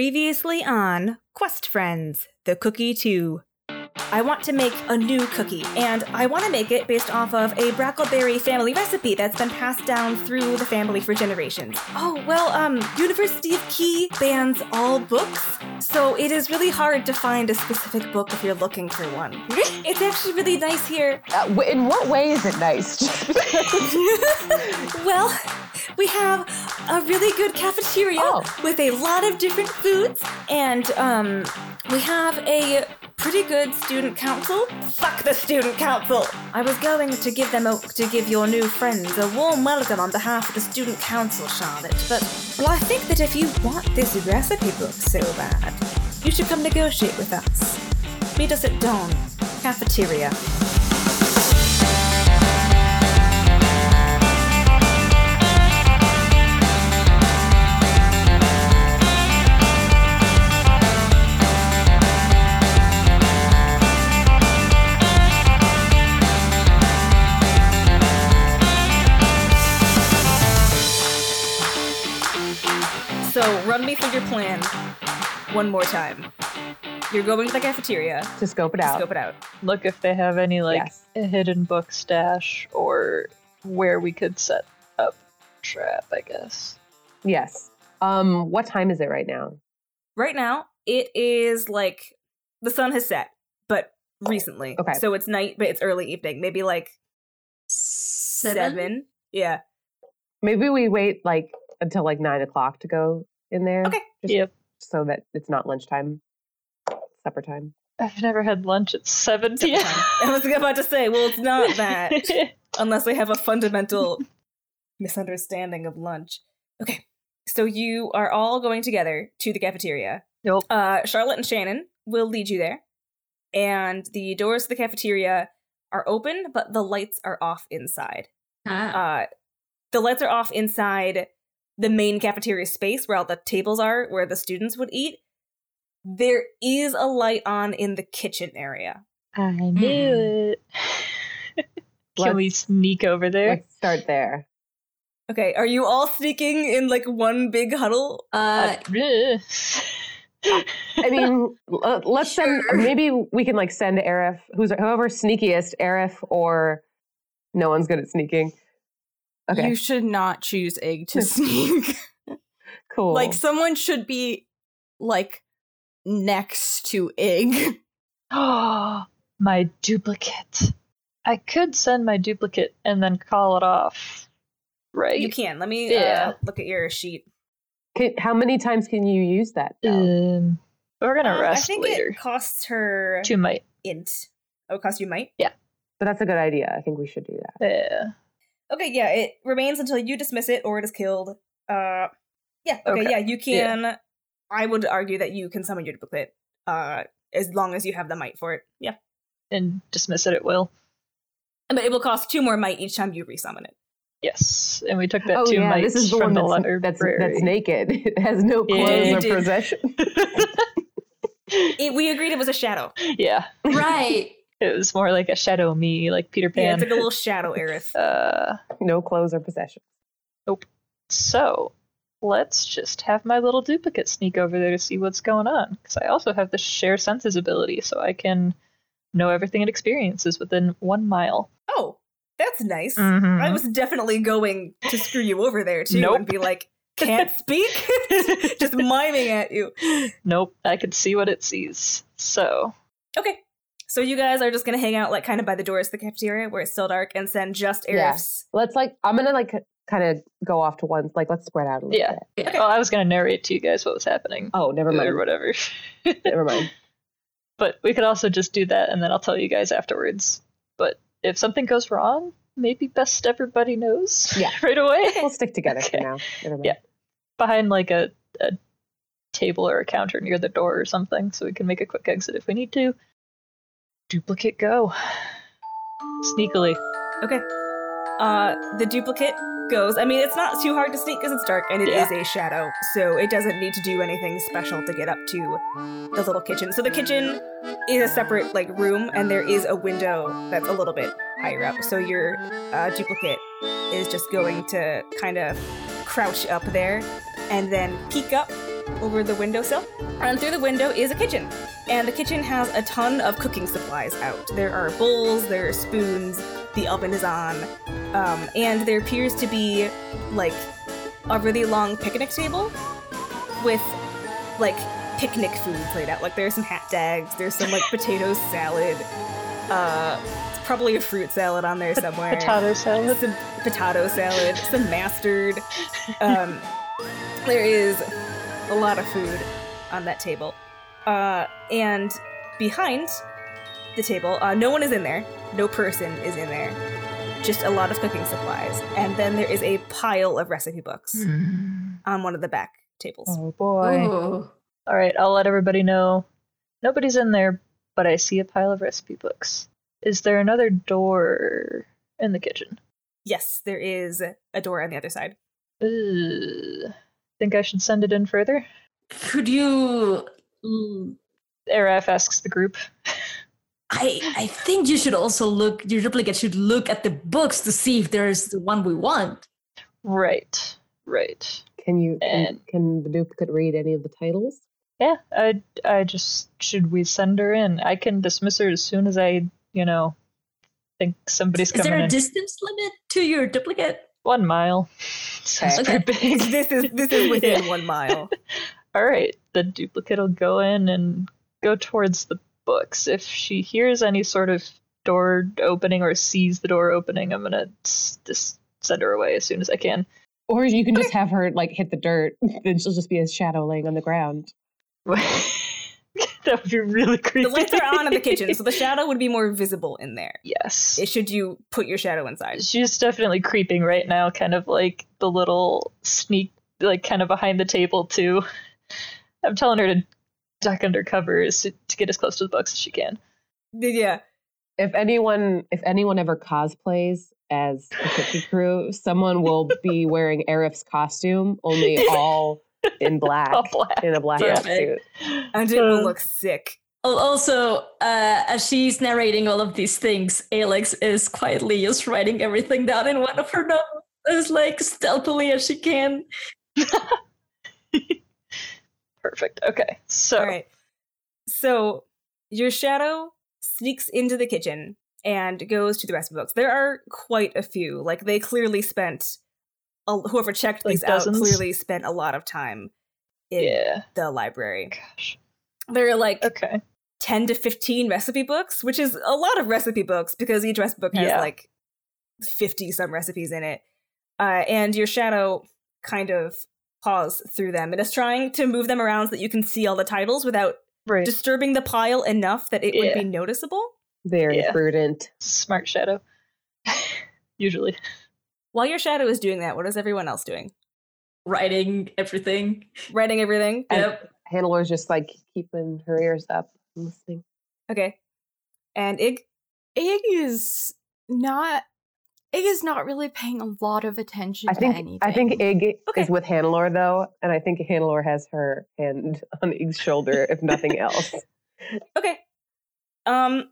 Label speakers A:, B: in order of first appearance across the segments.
A: Previously on Quest Friends, the cookie 2. I want to make a new cookie, and I want to make it based off of a Brackleberry family recipe that's been passed down through the family for generations. Oh, well, um, University of Key bans all books, so it is really hard to find a specific book if you're looking for one. it's actually really nice here.
B: Uh, w- in what way is it nice? Just because-
A: Well, we have a really good cafeteria
B: Oh.
A: with a lot of different foods, and um, we have a pretty good student council. Fuck the student council! I was going to give them a, to give your new friends a warm welcome on behalf of the student council, Charlotte. But well, I think that if you want this recipe book so bad, you should come negotiate with us. Meet us at dawn, cafeteria. So run me through your plan one more time. You're going to the cafeteria.
B: to scope it out.
A: Scope it out.
C: look if they have any like
B: Yes.
C: hidden book stash or where we could set up trap i guess
B: Yes. Um, what time is it right now?
A: Right now, it is like the sun has set, but recently.
B: Okay.
A: So it's night, but it's early evening. Maybe like seven. Yeah.
B: Maybe we wait like until like nine o'clock to go in there.
A: Okay.
B: Just
C: Yep.
B: So that it's not lunchtime, supper time.
C: i've never had lunch at 7 p.m
A: I was about to say, well, it's not that unless I have a fundamental misunderstanding of lunch. Okay. So you are all going together to the cafeteria.
C: Nope.
A: Uh, Charlotte and Shannon will lead you there. And the doors to the cafeteria are open, but the lights are off inside.
D: Ah.
A: Uh, the lights are off inside the main cafeteria space where all the tables are, where the students would eat. There is a light on in the kitchen area.
C: i knew it
A: Hmm.
C: can we sneak over there
B: Let's start there.
A: Okay, are you all sneaking in like one big huddle?
D: Uh,
B: I mean, l- let's
D: Sure.
B: send. Maybe we can like send Arif, who's whoever's sneakiest, Arif or no one's good at sneaking.
A: Uh,
B: Okay,
E: You should not choose egg to sneak.
B: cool.
E: Like someone should be like next to egg.
C: oh my duplicate i could send my duplicate and then call it off right
A: You can. Let me uh,
C: Yeah.
A: look at your sheet.
B: Can, how many times can you use that? though?
C: um, we're gonna
A: Uh, I
C: rest
A: think
C: later
A: it costs her
C: two might
A: int. Oh, it costs you might.
B: but that's a good idea. I think we should do that.
C: yeah
A: Okay, yeah, it remains until you dismiss it or it is killed. Uh, yeah, okay,
C: Okay,
A: yeah, you
C: yeah.
A: can. I would argue that you can summon your duplicate uh, as long as you have the might for it. Yeah.
C: and dismiss it at will.
A: But it will cost two more might each time you resummon it.
C: Yes, and we took that
B: Oh
C: two
B: yeah,
C: mites
B: this is the one
C: from the
B: that's,
C: library.
B: that's, that's naked. It has no
C: Yeah.
B: clothes
A: You
B: or
A: did.
B: possession.
A: it. We agreed it was a shadow.
C: yeah,
D: right.
C: it was more like a shadow me, like Peter
A: Yeah, it's
C: Pan.
A: like a little shadow, Aerith.
C: uh,
B: No clothes or possession.
C: so let's just have my little duplicate sneak over there to see what's going on, because I also have the share senses ability, so I can know everything and experiences within one mile.
A: Oh, that's nice.
B: Mm-hmm.
A: I was definitely going to screw you over there too and
C: Mm-hmm. Nope.
A: be like, can't speak? Just miming at you.
C: Nope, I could see what it sees. So
A: Okay. So you guys are just gonna hang out like kind of by the doors to the cafeteria where it's still dark and send just
B: Yeah.
A: Aerith's
B: Let's like I'm gonna like kind of go off to one. Like let's spread out a little
C: Yeah.
B: bit.
D: Yeah.
C: well, oh, I was gonna narrate to you guys what was happening
B: Oh, never
C: or
B: mind.
C: whatever.
B: never mind.
C: But we could also just do that and then I'll tell you guys afterwards. But if something goes wrong, maybe best everybody knows
B: Yeah.
C: right away.
B: We'll stick together
C: Okay.
B: for now. Never mind.
C: Yeah. Behind like a, a table or a counter near the door or something so we can make a quick exit if we need to. Duplicate go. Sneakily.
A: Uh, the duplicate goes. I mean, it's not too hard to sneak because it's dark and it is
C: Yeah.
A: a shadow, so it doesn't need to do anything special to get up to the little kitchen. So the kitchen is a separate like room, and there is a window that's a little bit higher up. So your uh, duplicate is just going to kind of crouch up there and then peek up over the windowsill. And through the window is a kitchen. And the kitchen has a ton of cooking supplies out. There are bowls, there are spoons, the oven is on. Um, and there appears to be, like, a really long picnic table with, like, picnic food laid out. Like, there's some hat tags, there's some, like, potato salad. Uh, it's probably a fruit salad on there somewhere
C: Potato salad.
A: some potato salad, some mustard. Um, there is a lot of food on that table. Uh, and behind the table, uh, no one is in there. No person is in there. Just a lot of cooking supplies. And then there is a pile of recipe books on one of the back tables.
C: Hmm. Oh boy.
F: Ooh.
C: All right, I'll let everybody know. Nobody's in there, but I see a pile of recipe books. Is there another door in the kitchen?
A: Yes, there is a door on the other side.
C: Ugh. Think I should send it in further?
F: Could you? mm,
C: Araf asks the group.
F: I I think you should also look. Your duplicate should look at the books to see if there's the one we want.
C: Right, right.
B: Can you can,
C: And-
B: can the duplicate read any of the titles?
C: Yeah, I, I just should we send her in? I can dismiss her as soon as I, you know, think somebody's
F: Is
C: coming
F: there a
C: in.
F: distance limit to your duplicate?
C: One mile. Sounds
F: Okay.
C: pretty big.
A: This is this is within
C: Yeah.
A: one mile.
C: All right, the duplicate will go in and go towards the books. If she hears any sort of door opening or sees the door opening, I'm gonna s- just send her away as soon as I can.
B: Or you can just have her like hit the dirt, then she'll just be a shadow laying on the ground.
C: that would be really creepy.
A: The lights are on in the kitchen, so the shadow would be more visible in there.
C: yes,
A: Should you put your shadow inside?
C: she's definitely creeping right now, kind of like the little sneak, like kind of behind the table too. I'm telling her to duck under covers to, to get as close to the books as she can.
A: Yeah.
B: If anyone if anyone ever cosplays as the cookie crew, someone will be wearing Arif's costume, only all in black.
C: All black.
B: In a black
C: Yeah.
B: suit.
A: And it will
C: Um,
A: look sick.
F: Al- Also, uh, as she's narrating all of these things, Alex is quietly just writing everything down in one of her notes, as like stealthily as she can.
C: Perfect. Okay, so.
A: All right. So your shadow sneaks into the kitchen and goes to the recipe books. There are quite a few. Like they clearly spent, a, whoever checked
C: Like
A: these
C: dozens?
A: out clearly spent a lot of time in
C: Yeah.
A: the library.
C: Gosh.
A: There are like
C: Okay.
A: ten to fifteen recipe books, which is a lot of recipe books because each recipe book has
C: Yeah.
A: like fifty some recipes in it. Uh, and your shadow kind of paws through them and is trying to move them around so that you can see all the titles without
C: Right. Just
A: disturbing the pile enough that it would
C: Yeah.
A: be noticeable.
B: Very
C: Yeah.
B: prudent.
C: smart shadow. Usually.
A: While your shadow is doing that, what is everyone else doing?
F: Writing everything.
A: Writing everything.
B: And-
F: Yep.
B: Hannelore just like keeping her ears up and listening.
A: Okay. And Ig,
G: Ig is not. Ig is not really paying a lot of attention
B: I
G: to anything.
B: think I think Ig
A: Okay.
B: is with Hannelore though, and I think Hannelore has her hand on Ig's shoulder, if nothing else.
A: okay. Um,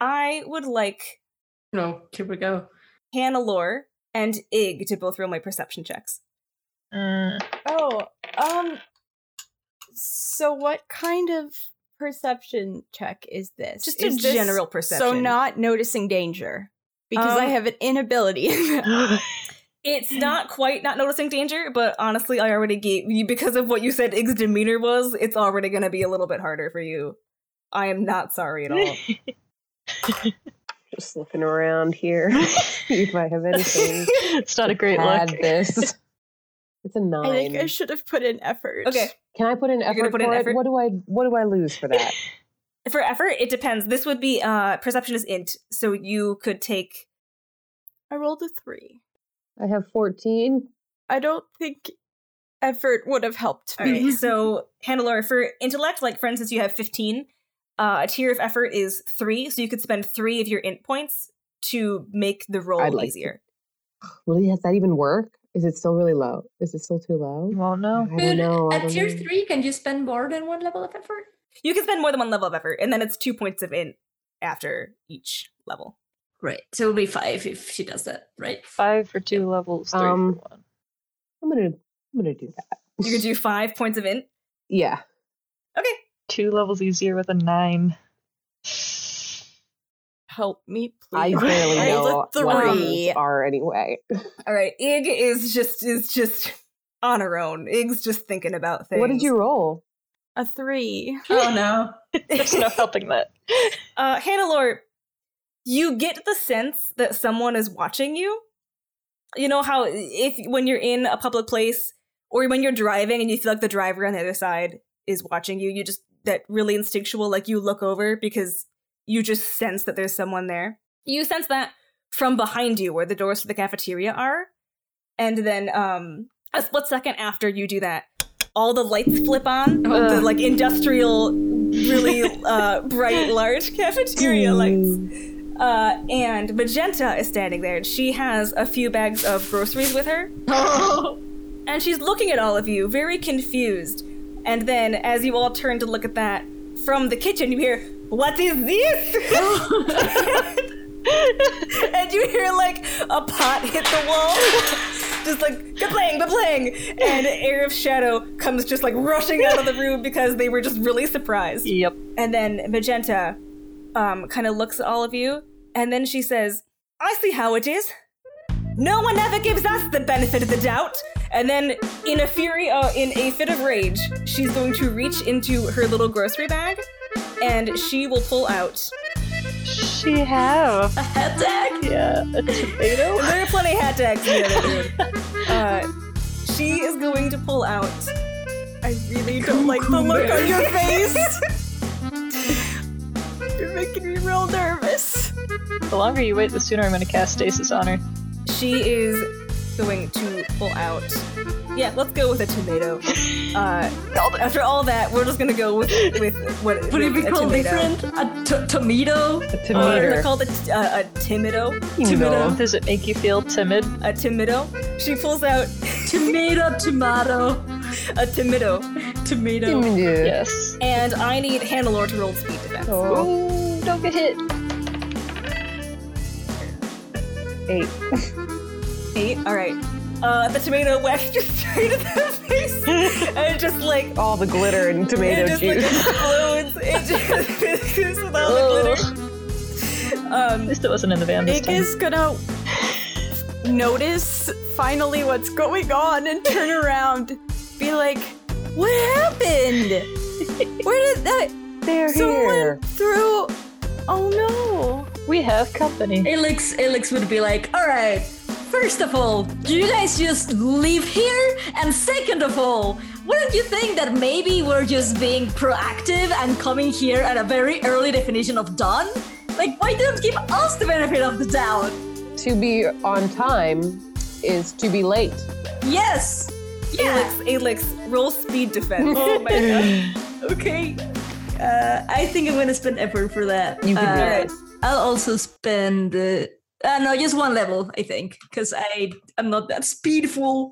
A: I would like
F: No, here we go.
A: Hannah Lore and Ig to both roll my perception checks.
C: Mm,
G: Oh, um. So, what kind of perception check is this?
A: Just a
G: Is this-
A: general perception.
G: So, not noticing danger because I
A: Um,
G: have an inability. in that.
C: Uh,
A: It's not quite not noticing danger, but honestly, I already gave you because of what you said Ig's demeanor was. It's already going to be a little bit harder for you. I am not sorry at all.
B: Just looking around here. See if I have anything.
C: it's not a great
B: Add
C: look.
B: this. It's a
G: I think
B: nine.
G: I should have put in effort.
A: okay,
B: Can I put in
A: gonna
B: effort
A: put in
B: for it?
A: effort?
B: What do I what do I lose for that?
A: for effort, it depends. This would be uh perception is int, so you could take
G: I rolled a three.
B: I have fourteen.
G: I don't think effort would have helped
A: All
G: me.
A: right, so Handler, for intellect, like for instance, you have 15. Uh, a tier of effort is three, so you could spend three of your int points to make the roll
B: I'd like to.
A: easier.
B: Really, has that even work? Is it still really low? Is it still too low?
C: You won't
B: I
C: know.
B: don't know. I don't know.
F: three, can you spend more than one level of effort?
A: You can spend more than one level of effort, and then it's two points of int after each level.
F: Right. So it'll be five if she does that, right?
C: Five for two levels, three
B: Um,
C: for one.
B: I'm gonna I'm gonna do that.
A: You could do five points of int.
B: Yeah.
C: Two levels easier with a nine.
G: Help me,
B: I
G: please.
B: barely
A: I rolled a
B: know what
G: three.
B: those are anyway.
A: All right, Ig is just is just on her own. Ig's just thinking about things.
B: What did you roll?
G: A three.
F: Oh no.
C: There's no helping that.
A: Uh, Hannelore, you get the sense that someone is watching you. You know how if when you're in a public place or when you're driving and you feel like the driver on the other side is watching you, you just that really instinctual like you look over because you just sense that there's someone there. You sense that from behind you where the doors to the cafeteria are. And then um a split second after you do that, all the lights flip on. The
C: Ugh.
A: like industrial really uh, bright, large cafeteria lights. Uh, and Magenta is standing there, and she has a few bags of groceries with her. and she's looking at all of you, very confused. And then, as you all turn to look at that from the kitchen, you hear, What is this? and you hear like a pot hit the wall. Just like kaplang, kaplang, and Air of Shadow comes just like rushing out of the room because they were just really surprised.
C: Yep.
A: And then Magenta um, kind of looks at all of you, and then she says, I see how it is. No one ever gives us the benefit of the doubt. And then, in a fury, uh, in a fit of rage, she's going to reach into her little grocery bag, and she will pull out.
C: She have.
F: A head tag?
C: Yeah. A tomato?
A: There are plenty of hat tags in the other room. Uh, she is going to pull out. I really don't like the look on your face.
G: You're making me real nervous.
C: The longer you wait, the sooner I'm gonna cast stasis on her.
A: She is going to pull out. Yeah, let's go with a tomato. Uh, after all that, we're just gonna go with with what
F: Would it be
A: with a
F: called
A: tomato.
F: different? A t- tomato?
B: A
A: Or they're
B: tomato.
A: called a, t- uh, a timido.
B: You
F: tomato.
B: know.
C: Does it make you feel timid?
A: A timido. She pulls out
F: Tomato, tomato,
A: a timido,
F: tomato.
C: Yes.
A: and I need Hannelore to roll speed defense.
B: Oh,
C: Ooh, don't get hit.
B: eight.
A: Eight. All right. Uh, the tomato whacks just straight at the face, and it just like
B: All the glitter and tomato
A: it just like
B: juice.
A: explodes. It just with
C: Oh.
A: all the glitter. Um,
C: At least it wasn't in the van this
G: Nick
C: time.
G: is gonna notice finally what's going on and turn around, be like, "What happened? Where did that
B: They're
G: someone
B: here.
G: threw? Oh no!
C: We have company.
F: Elix, Elix would be like, all right. First of all, do you guys just live here? And second of all, wouldn't you think that maybe we're just being proactive and coming here at a very early definition of done? Like, why don't give us the benefit of the doubt?
B: To be on time is to be late.
F: Yes. Yeah.
A: Alix, Alix, roll speed defense.
F: Oh my god. Okay. Uh, I think I'm gonna spend effort for that.
B: You can do
F: Uh,
B: that.
F: I'll also spend. Uh, uh, no, just one level, I think, because I am not that speedful,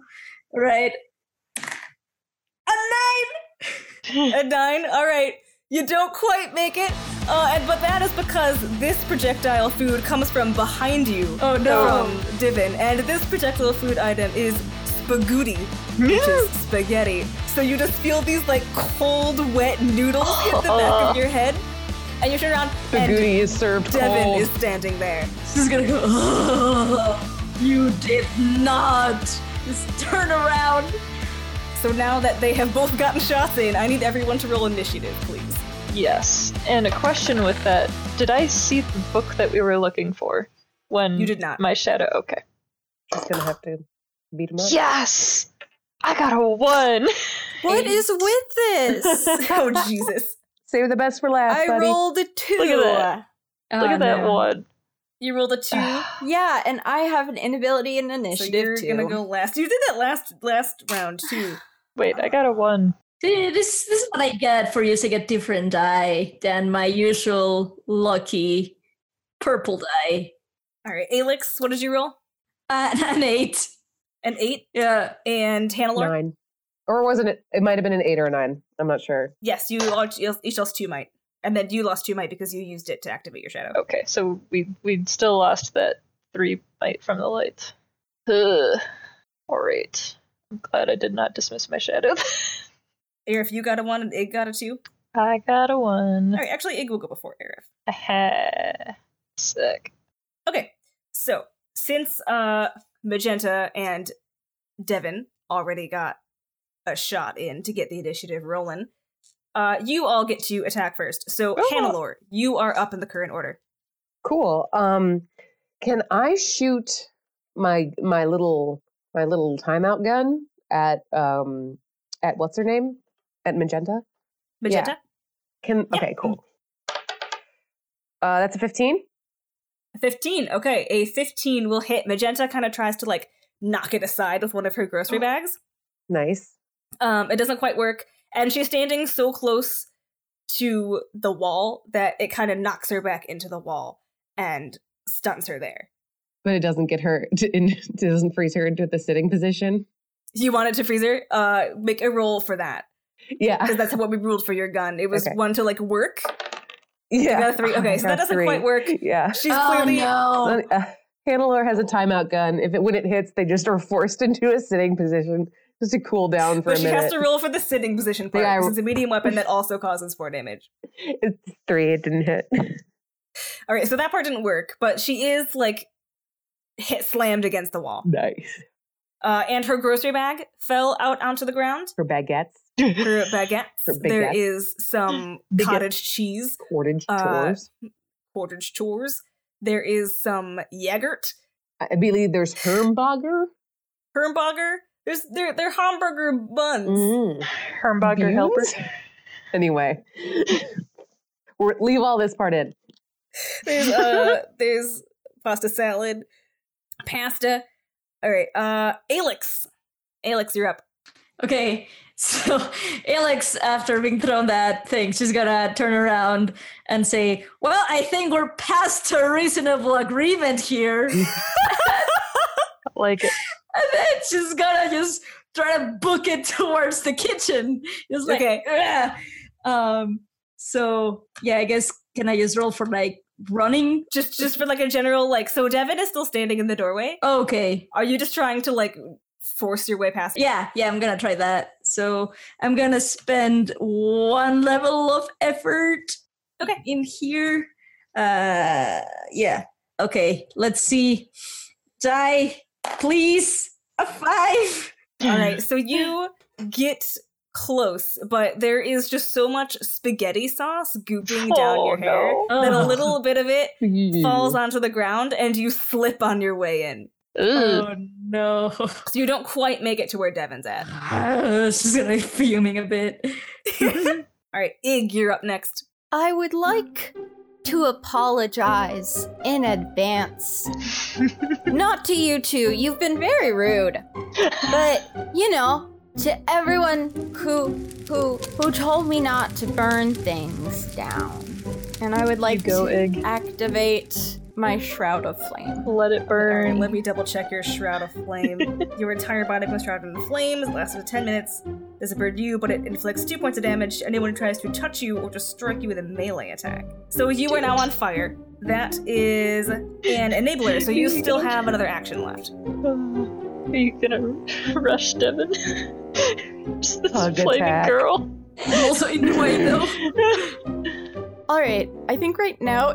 F: right? A nine.
A: a nine. All right, you don't quite make it. Uh, and but that is because this projectile food comes from behind you. Oh
F: no.
A: From Divin, and this projectile food item is spaghetti, which is spaghetti. So you just feel these like cold, wet noodles hit the back of your head, and you turn around,
B: The
A: and
B: booty Uh. is served
A: Devin
B: cold.
A: is standing there.
F: She's gonna go. "Ugh, you did not. Just turn around.
A: So now that they have both gotten shots in, I need everyone to roll initiative, please.
C: Yes. And a question with that. Did I see the book that we were looking for when
A: You did not.
C: my shadow okay.
B: Just gonna have to beat him up.
C: Yes! I got a one!
G: What is with this?
A: oh Jesus.
B: Save the best for last,
G: I
B: buddy.
G: rolled a two.
C: Look at that. Look at that one.
A: You rolled a two.
G: Yeah, and I have an inability and
A: So
G: initiative
A: you're
G: too.
A: gonna go last. You did that last last round too.
C: Wait, I got a one.
F: See, this this is what I get for using a different die than my usual lucky purple die.
A: All right, Alix, what did you roll?
F: Uh, an eight.
A: An eight
F: Yeah.
A: and Hannelore.
B: Nine. Or wasn't it? It might have been an eight or a nine. I'm not sure.
A: Yes, you all, each lost two might, and then you lost two might because you used it to activate your shadow.
C: Okay, so we we still lost that three bite from the light. Ugh. Alright. I'm glad I did not dismiss my shadow.
A: Arif, you got a one and Ig got a two.
C: I got a one.
A: Alright, actually Ig will go before Arif.
C: Aha. Sick.
A: Okay, so since uh Magenta and Devin already got a shot in to get the initiative rolling, uh, you all get to attack first. So
C: Oh.
A: Hannelore, you are up in the current order.
B: Cool. Um, can I shoot my my little my little timeout gun at um at what's her name at Magenta?
A: Magenta,
B: Can
A: Yeah.
B: okay, cool. Uh, that's a fifteen.
A: fifteen. Okay, a fifteen will hit. Magenta kind of tries to like knock it aside with one of her grocery bags.
B: Nice.
A: Um, it doesn't quite work, and she's standing so close to the wall that it kind of knocks her back into the wall and stuns her there.
B: But it doesn't get her. To, in, it doesn't freeze her into the sitting position.
A: You wanted to freezer? Uh, make a roll for that.
B: Yeah.
A: because that's what we ruled for your gun. It was
B: Okay.
A: one to like work.
B: Yeah.
A: got a three. Okay, so that
B: Got
A: doesn't quite work.
B: Yeah.
A: She's
F: oh
A: clearly
F: no!
B: Uh, Hannelore has a timeout gun. If it when it hits, they just are forced into a sitting position just to cool down for
A: but
B: a
A: she
B: minute.
A: has to roll for the sitting position part.
B: Yeah, I-
A: because it's a medium weapon that also causes four damage.
B: It's three. It didn't hit.
A: All right, so that part didn't work, but she is like hit slammed against the wall,
B: nice.
A: uh, and her grocery bag fell out onto the ground.
B: For baguettes,
A: Her baguettes.
B: Her
A: There
B: baguettes.
A: is some
C: Baguettes.
A: cottage cheese,
B: cordage
A: Uh,
B: chores.
A: cottage chores. There is some Jaggert,
B: I believe there's Hermbager.
A: Hermburger. There's they're, they're hamburger buns.
B: Mm.
C: Hermbacher helper.
B: Beans? Anyway, We're, leave all this part in.
A: there's uh there's pasta salad, pasta. All right, uh Alex. Alex, you're up.
F: Okay, so Alex, after being thrown that thing, she's gonna turn around and say, "Well, I think we're past a reasonable agreement here."
C: Like,
F: And then she's gonna just try to book it towards the kitchen. Just like,
A: Okay.
F: "Ugh." Um, so yeah, I guess can I just roll for like running?
A: Just just for like a general like so Devin is still standing in the doorway.
F: Okay.
A: Are you just trying to like force your way past?
F: Yeah, yeah, I'm gonna try that. So I'm gonna spend one level of effort
A: Okay.
F: in here. Uh yeah. Okay, let's see. Die, please. A five.
A: All
C: Mm.
A: right. So you get close, but there is just so much spaghetti sauce gooping down your hair that a
F: Oh.
A: little bit of it falls onto the ground and you slip on your way in.
C: No. Ooh.
F: Oh no.
A: So you don't quite make it to where Devin's at.
F: Uh, she's gonna be fuming a bit.
A: All right, Ig, you're up next.
G: I would like to apologize in advance.
A: Um,
G: Not to you two, you've been very rude. But, you know, to everyone who who who told me not to burn things down. And I would like
C: go,
G: to
C: Ig.
G: activate my shroud of flame.
C: Let it
A: Alright,
C: burn.
A: let me double check your shroud of flame. your entire body becomes shrouded in flames. It lasts for 10 minutes. Doesn't burn you, but it inflicts two points of damage to anyone who tries to touch you or to strike you with a melee attack. So you are now on fire. That is an enabler, so you still have another action left.
C: Uh, Are you gonna rush Devin? Just this
B: Hug
C: flaming
B: attack.
C: girl.
F: also in the way though.
G: Alright, I think right now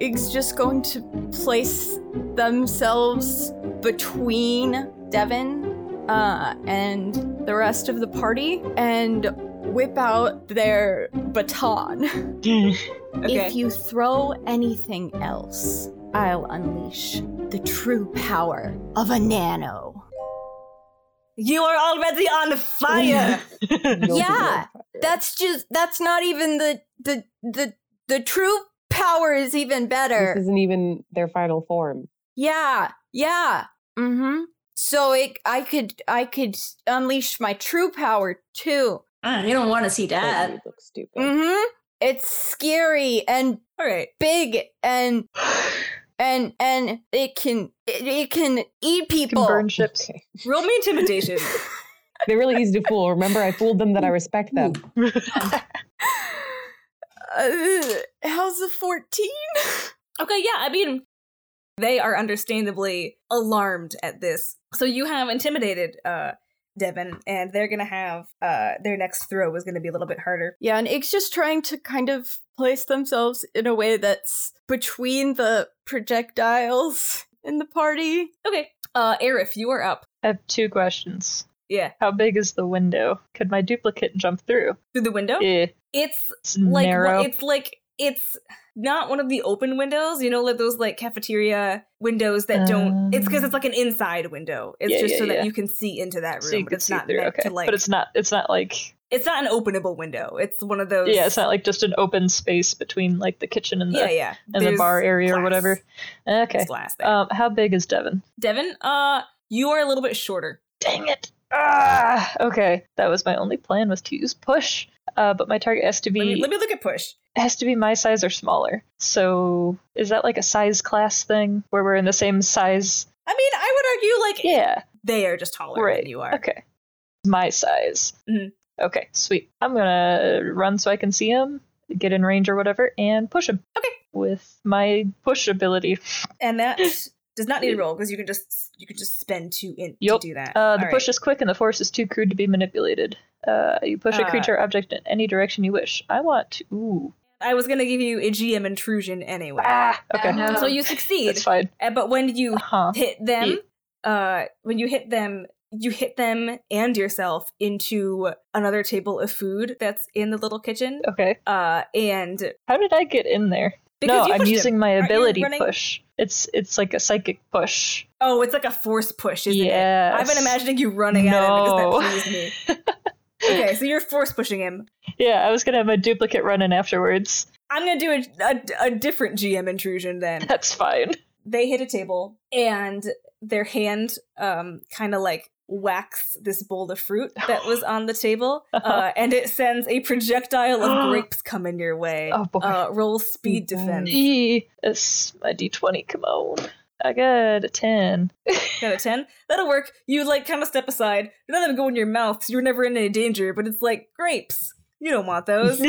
G: Ig's just going to place themselves between Devin uh, and the rest of the party and whip out their baton.
A: Okay.
G: If you throw anything else, I'll unleash the true power of a nano.
A: You are already on fire!
G: yeah, that's just that's not even the the the the true power is even
B: This
G: better.
B: isn't even their final form.
G: Yeah, yeah. Mm-hmm. So it I could I could unleash my true power too.
F: Ah, you don't want to see
B: That
F: that.
B: looks stupid.
A: Mm.
G: Mm-hmm. It's scary and
A: Alright.
G: big and and and it can it, it can eat people.
C: Can burn ships.
B: Okay.
A: Roll me intimidation.
B: They're really easy to fool. Remember, I fooled them
A: Mm.
B: that I respect them.
G: Uh, how's the 14?
A: Okay, yeah, I mean, they are understandably alarmed at this. So you have intimidated, uh, Devin, and they're gonna have uh their next throw is gonna be a little bit harder.
G: Yeah, and Ig's just trying to kind of place themselves in a way that's between the projectiles in the party.
H: Okay. Uh, Arif, you are up.
C: I have two questions.
H: Yeah.
C: How big is the window? Could my duplicate jump through?
H: Through the window?
C: Eh,
H: It's
C: it's
H: Oh, like
C: narrow.
H: it's like it's not one of the open windows, you know, like those like cafeteria windows that
C: Um.
H: don't. It's because it's like an inside window. It's
C: Yeah,
H: just
C: yeah,
H: so
C: yeah.
H: that you can see into that room,
C: so you
H: but
C: can
H: it's
C: see
H: not
C: through.
H: meant
C: Okay,
H: to like.
C: but it's not. It's not like.
H: it's not an openable window. It's one of those.
C: Yeah, it's not like just an open space between like the kitchen and the
H: yeah, yeah.
C: and the
H: There's
C: bar area or
H: glass.
C: whatever.
H: There's
C: Okay.
H: glass there.
C: Um, how big is Devin?
H: Devin, uh, you are a little bit shorter.
C: Dang it! Ah, okay. That was my only plan was to use push. Uh, but my target has to be
A: Let me, let me look at push.
C: has to be my size or smaller. So is that like a size class thing where we're in the same size?
A: I mean, I would argue like
C: Yeah.
A: they are just taller
C: Right.
A: than you are.
C: Okay. My size.
A: Mhm.
C: Okay, sweet. I'm gonna run so I can see him, get in range or whatever, and push him.
A: Okay.
C: With my push ability.
A: And that does not need to roll because you can just you can just spend two int
C: Yup.
A: to do that.
C: Uh,
A: All
C: the
A: right.
C: push is quick and the force is too crude to be manipulated. Uh, you push a
A: Uh,
C: creature or object in any direction you wish. I want to. Ooh.
A: I was gonna give you a GM intrusion anyway.
C: Ah! Okay.
F: Yeah, no.
A: So you succeed,
C: That's fine. Uh-huh.
A: Uh, but when you
C: Huh.
A: hit them, uh, when you hit them, you hit them and yourself into another table of food that's in the little kitchen.
C: Okay.
A: Uh, and
C: How did I get in there?
A: because you
C: no, I'm
A: pushed him.
C: using my
A: Aren't you
C: ability
A: running-
C: push. It's it's like a psychic push.
A: Oh, it's like a force push, isn't it?
C: Yeah.
A: I've been imagining you running at him
C: No.
A: because that pleased me. Okay, so you're force pushing him.
C: Yeah, I was gonna have my duplicate run in afterwards.
A: I'm gonna do a, a, a different GM intrusion then.
C: That's fine.
A: they hit a table and their hand um kind of like whacks this bowl of fruit that was on the table
C: Uh-huh.
A: uh, and it sends a projectile of grapes coming your way
C: Oh, boy. Mm-hmm.
A: uh roll speed defense
C: D. It's my D20. Come on. I got a 10.
A: out of 10 that'll work you like kind of step aside none of them go in your mouth so you're never in any danger but it's like grapes you don't want those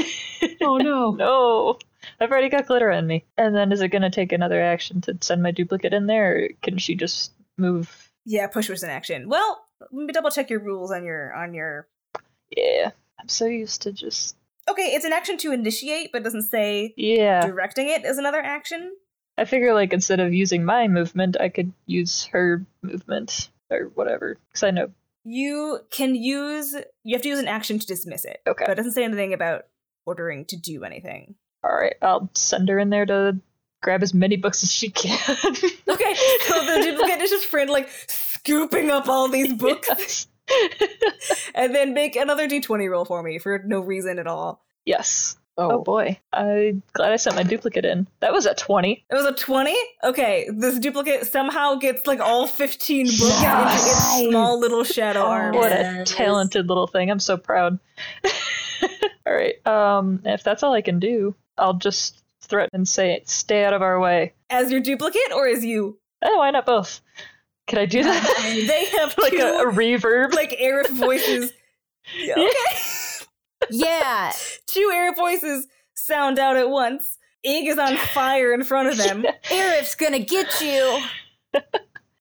B: Oh no.
C: no. I've already got glitter on me. And then is it going to take another action to send my duplicate in there? Or can she just move?
A: yeah push was in action well let me double check your rules on your on your
C: Yeah. I'm so used to just.
A: okay it's an action to initiate but it doesn't say
C: Yeah.
A: directing it is another action
C: I figure, like, instead of using my movement, I could use her movement or whatever. Because I know.
A: You can use you have to use an action to dismiss it.
C: Okay.
A: But it doesn't say anything about ordering to do anything.
C: All right. I'll send her in there to grab as many books as she can.
A: Okay. So the duplicate is just friend like scooping up all these books
C: Yes.
A: and then make another D twenty roll for me for no reason at all.
C: yes. Oh
B: Oh,
C: boy. I'm glad I sent my duplicate in. That was a 20.
A: It was a twenty? Okay. This duplicate somehow gets like all fifteen books into its small little shadow arms.
C: What a
F: Yes.
C: talented little thing. I'm so proud. all right. Um if that's all I can do, I'll just threaten and say stay out of our way.
A: As your duplicate or as you? Um,
C: Oh, why not both? Could I do that?
A: They have
C: like a, a
A: two
C: reverb.
A: like Aerith voices. Yeah, okay.
G: Yeah.
A: two air voices sound out at once. Ig is on fire in front of them.
G: Arif's gonna get you.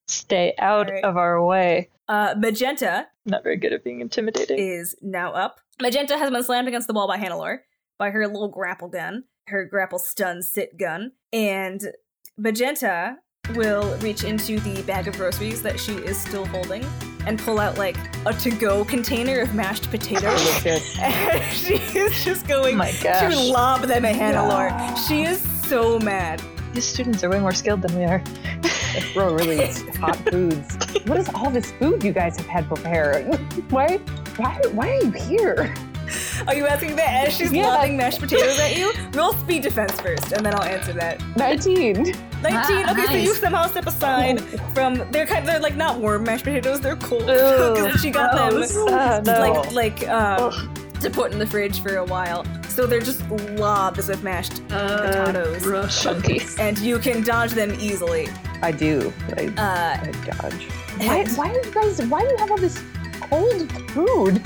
C: stay out
A: Alright.
C: of our way.
A: Uh, Magenta
C: Not very good at being intimidating.
A: is now up. Magenta has been slammed against the wall by Hannelore by her little grapple gun, her grapple stun sit gun, and Magenta will reach into the bag of groceries that she is still holding and pull out like a to-go container of mashed potatoes.
B: no shit.
A: and she is just
C: Oh
A: going
C: my
A: to
C: gosh.
A: lob them at Hannelore. She is so mad.
C: These students are way more skilled than we are.
B: It's throwing really hot foods. What is all this food you guys have had prepared? Why, why, why are you here?
A: Are you asking that as she's
B: Yeah.
A: lobbing mashed potatoes at you? Roll speed defense first, and then I'll answer that.
B: 19.
A: 19.
F: Ah,
A: okay, so you
F: nice.
A: somehow step aside from they're kind they're like not warm mashed potatoes, they're cold because she got
C: gross.
A: them
C: Ah, no.
A: Oh, like like um, to put in the fridge for a while. So they're just lobs of mashed
C: Uh,
F: Uh,
A: potatoes,
C: Chunky.
A: and you can dodge them easily.
B: I do. I,
A: Uh,
B: I dodge. Why,
A: and,
B: why do you guys, why do you have all this cold food?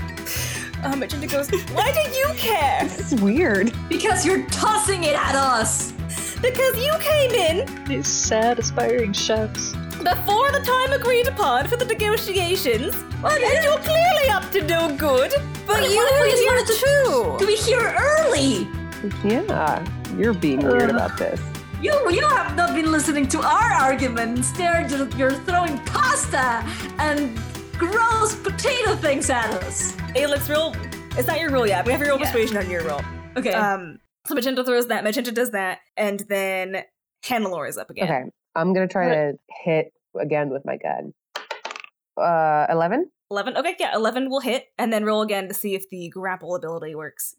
A: um, Magenta goes, "Why do you care?
B: This is weird.
F: Because you're tossing it at us.
A: Because you came in
C: These sad aspiring chefs.
H: before the time agreed upon for the negotiations, and you're clearly up to no good. But you
F: what if
H: were
F: we just
H: here
F: wanted
H: too.
F: To be here early.
B: Yeah, you're being weird
C: Ugh.
B: about this.
F: You you have not been listening to our arguments. There you're, you're throwing pasta and gross potato things at us.
A: Alex, roll. It's not your roll yet. We have your roll
F: Yeah.
A: persuasion on your roll.
F: Okay.
A: Um, so Magenta throws that. Magenta does that, and then Hannelore is up again.
B: Okay, I'm gonna try to hit again with my gun. Uh, eleven.
A: 11. Okay, yeah, 11 will hit, and then roll again to see if the grapple ability works.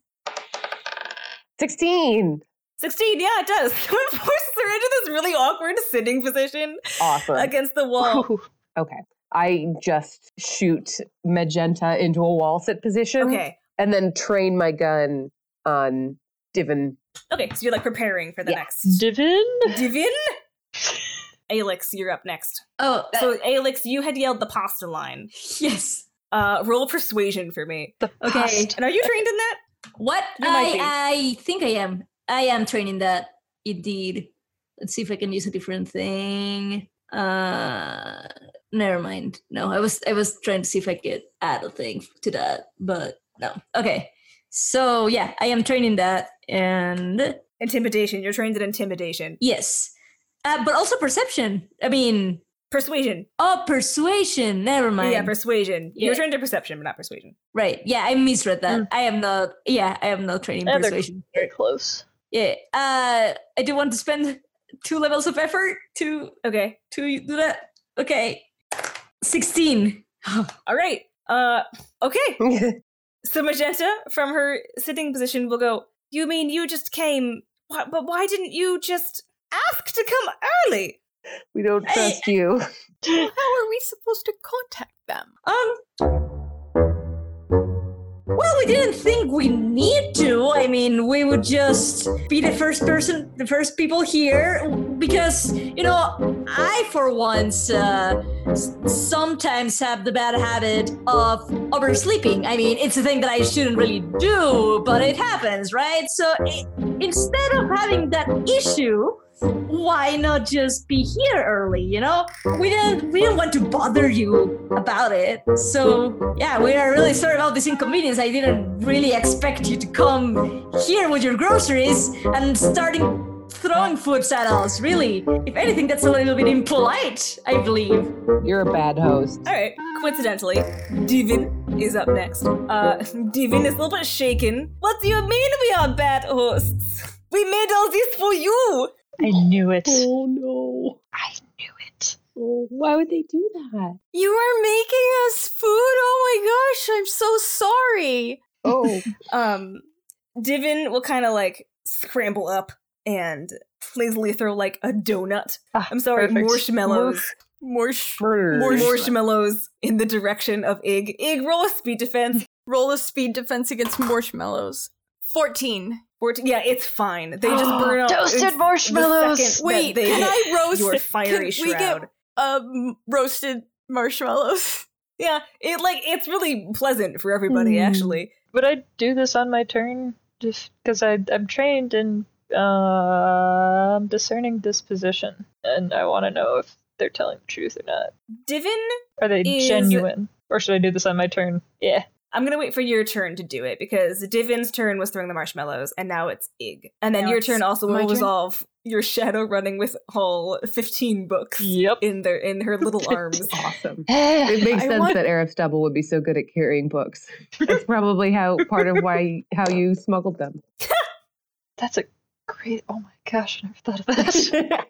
B: 16.
A: 16, yeah, it does. So it forces her into this really awkward sitting position
B: Awesome.
A: against the wall.
C: Ooh,
B: Okay. I just shoot magenta into a wall sit position
A: Okay,
B: and then train my gun on Divin.
A: okay, so you're like preparing for the
B: Yeah.
A: next.
C: Divin?
A: Divin? Alex, you're up next.
F: oh
A: So, Alex, you had yelled the pasta line.
F: yes.
A: Uh, roll persuasion for me.
C: The
F: Okay.
C: past.
A: And are you trained in that?
F: What
A: You might be.
F: I I think I am. I am training that indeed. Let's see if I can use a different thing. Uh never mind. No, I was I was trying to see if I could add a thing to that, but no. Okay. So yeah, I am training that and
A: Intimidation. You're trained in intimidation.
F: yes. Uh, but also perception. I mean,
A: Persuasion.
F: oh persuasion. Never mind.
A: Yeah, persuasion. You're
F: Yeah.
A: trained in perception, but not persuasion.
F: right. Yeah, I misread that.
C: Mm.
F: I am not yeah, I am not training
C: Yeah, they're-
F: persuasion.
C: Very close.
F: Yeah. Uh, I do want to spend two levels of effort to
A: Okay.
F: to do that. Okay. Sixteen. Oh,
A: All right. Uh, okay.
B: okay.
A: So Magenta, from her sitting position, will go, You mean you just came? Why, but why didn't you just ask to come early?
B: We don't
F: Hey,
B: trust you.
G: How are we supposed to contact them?
F: Um. Well, we didn't think we need to. I mean, we would just be the first person, the first people here, because you know, I for once uh, s- sometimes have the bad habit of oversleeping. I mean, it's a thing that I shouldn't really do, but it happens, right? So i instead of having that issue, why not just be here early? You know, we didn't we didn't want to bother you about it. So yeah, we are really sorry about this inconvenience. I didn't really expect you to come here with your groceries and starting throwing foods at us. Really, if anything, that's a little bit impolite, I believe.
B: You're a bad host.
A: All right. Coincidentally, Divin is up next. Uh, Divin is a little bit shaken. What do you mean we are bad hosts? We made all this for you.
C: I knew it.
B: Oh no.
C: I knew it.
B: Oh, why would they do that?
G: You are making us food. Oh my gosh, I'm so sorry.
B: Oh,
A: Um, Divin will kind of like scramble up and lazily throw like a donut.
C: Ah,
A: I'm sorry,
C: perfect.
A: marshmallows.
G: Morsh.
B: murder.
A: More marshmallows in the direction of Ig. Ig, roll a speed defense.
G: Roll a speed defense against marshmallows. 14.
A: 14. Yeah, it's fine. They just burn up.
C: Toasted marshmallows.
G: Wait, can I roast
A: your fiery
G: can we get-
A: shroud?
G: um roasted marshmallows?
A: Yeah, it like it's really pleasant for everybody.
G: Hmm.
B: Mm.
A: Actually,
C: Would I do this on my turn? Just because I'm trained in um discerning disposition, and I want to know if they're telling the truth or not.
A: Divin,
C: Are they
A: Is-
C: genuine? Or should I do this on my turn? Yeah.
A: I'm gonna wait for your turn to do it because Divin's turn was throwing the marshmallows, and now it's Ig. And then
G: Now
A: your
G: it's
A: turn also
G: my
A: will
G: turn?
A: resolve your shadow running with all 15 books
C: Yep.
A: in their in her little arms.
B: Awesome. It
C: I
B: makes
G: I
B: sense
G: want-
B: that Arab Stubble would be so good at carrying books. That's probably how part of why how you smuggled them.
C: That's a great. Oh my gosh, I never thought of that.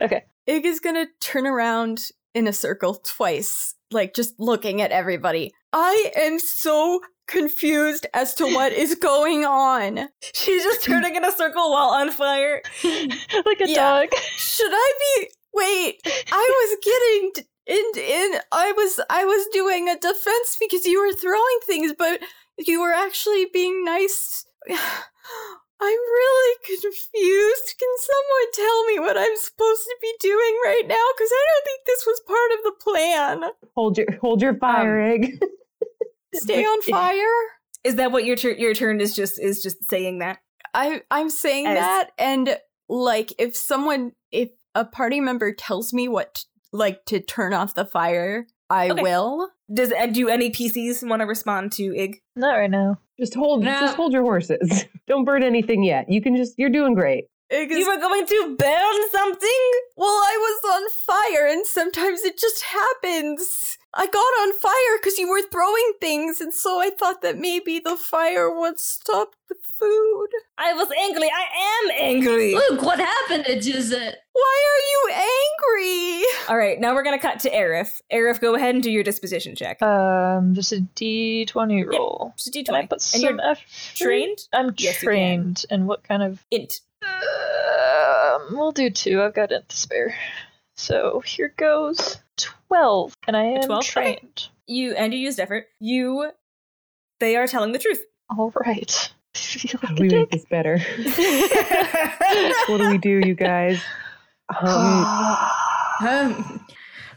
G: Ig is gonna turn around in a circle twice, like just looking at everybody. I am so confused as to what is going on.
A: She's just turning in a circle while on fire.
C: like a
G: Yeah.
C: dog.
G: Should I be wait, I was getting d- in in I was I was doing a defense because you were throwing things, but you were actually being nice. I'm really confused. Can someone tell me what I'm supposed to be doing right now? Because I don't think this was part of the plan.
B: hold your hold your fire, egg.
G: stay on fire.
A: Is that what your tur- your turn is just is just saying that?
G: I I'm saying
A: As-
G: that and like if someone if
I: a party member tells me what t- like to turn off the fire, I
A: Okay.
I: will.
A: Does uh, do any PCs want to respond to Ig?
C: Not right now.
B: Just hold,
F: No.
B: just hold your horses. Don't burn anything yet. You can just, you're doing great.
I: Ig
A: You
I: is-
A: were going to burn something?
I: well, I was on fire, and sometimes it just happens. I got on fire because you were throwing things, and so I thought that maybe the fire would stop the food.
A: I was angry. I am angry.
F: Look what happened, Juzet.
I: Why are you angry?
A: All right, now we're gonna cut to Arif. Arif, go ahead and do your disposition check.
C: Um, just a D twenty roll.
A: Just a
C: Can I
A: d20.
C: put
A: And
C: some
A: you're
C: effort?
A: trained?
C: I'm
A: Yes, you can.
C: trained. And what kind of?
A: Int.
C: Um, we'll do two. I've got int to spare. So here goes twelve, and I am
A: 12? Okay.
C: trained.
A: You and you used effort. You, they are telling the truth.
C: All right. I feel like a
B: We make
C: dick.
B: this better. what do we do, you guys? Um,
F: Um,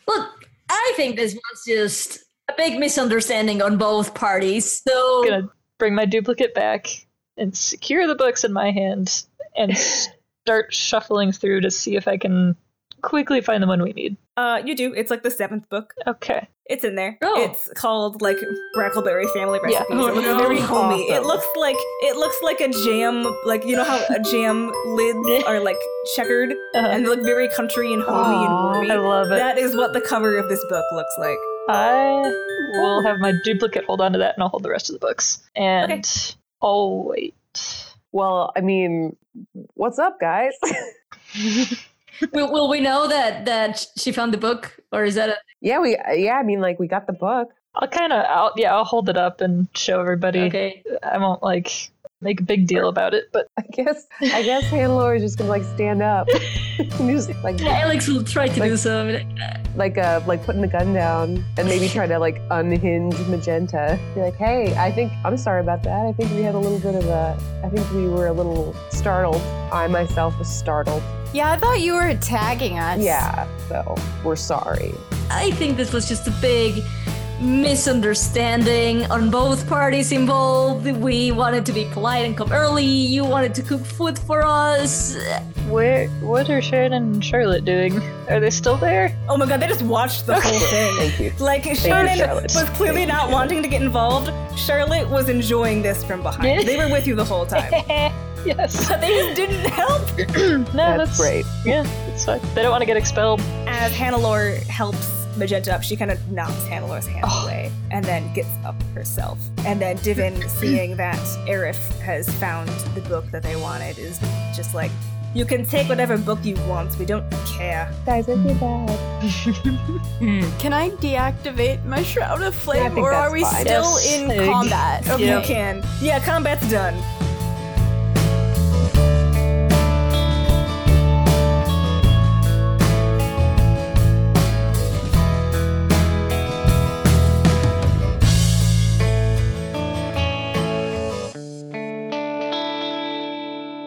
F: look, I think this was just a big misunderstanding on both parties. So
C: gonna bring my duplicate back and secure the books in my hand and start shuffling through to see if I can quickly find the one we need.
A: Uh, you do. It's like the seventh book.
C: Okay.
A: It's in there.
F: Oh.
A: It's called like Brackleberry Family
C: Yeah.
A: Recipes.
C: Oh,
A: it looks
C: no.
A: very homey. It
B: Awesome.
A: looks like it looks like a jam. Like you know how a jam lids are like checkered
C: Uh-huh.
A: and they look very country and homey
B: Aw.
A: and
C: Oh, I
A: warmy.
C: love it.
A: That is what the cover of this book looks like.
C: I will have my duplicate hold on to that and I'll hold the rest of the books. And I'll wait.
B: well, I mean, what's up, guys?
F: will, will we know that that she found the book, or is that a
B: yeah, we, yeah, I mean, like, we got the book.
C: I'll kind of, I'll, yeah, I'll hold it up and show everybody.
F: okay?
C: I won't like make a big deal about it, but
B: I guess, I guess Hannelore is just gonna, like, stand up. and just, like,
F: Yeah, Alex will try to do some.
B: like uh like putting the gun down and maybe try to like unhinge magenta be like hey i think i'm sorry about that i think we had a little bit of a i think we were a little startled i myself was startled
G: Yeah, I thought you were attacking us.
B: yeah so we're sorry
F: I think this was just a big misunderstanding on both parties involved. We wanted to be polite and come early. You wanted to cook food for us.
C: where, what are Sharon and Charlotte doing? Are they still there?
A: Oh my god, they just watched the whole thing.
B: thank you
A: Like Shannon
B: Charlotte.
A: was clearly
B: Thank
A: not wanting to get involved. Charlotte was enjoying this from behind. they were with you the whole time.
C: Yes.
A: But they just didn't help.
C: no,
B: that's
C: that's
B: great
C: Yeah, it's fine. They don't want to get expelled.
A: As Hannelore helps Magenta up, she kind of knocks Hannelore's hand
C: Oh.
A: away and then gets up herself. And then Divin, seeing that Arif has found the book that they wanted, is just like, You can take whatever book you want, we don't care.
B: guys i feel bad
I: Can I deactivate my shroud of
B: Yeah, I
I: flame,
B: think
I: or
B: that's
I: are we
B: fine.
I: still
C: Yes.
I: in
C: Egg.
I: combat?
A: Okay.
C: Yeah.
A: You can. Yeah, combat's done.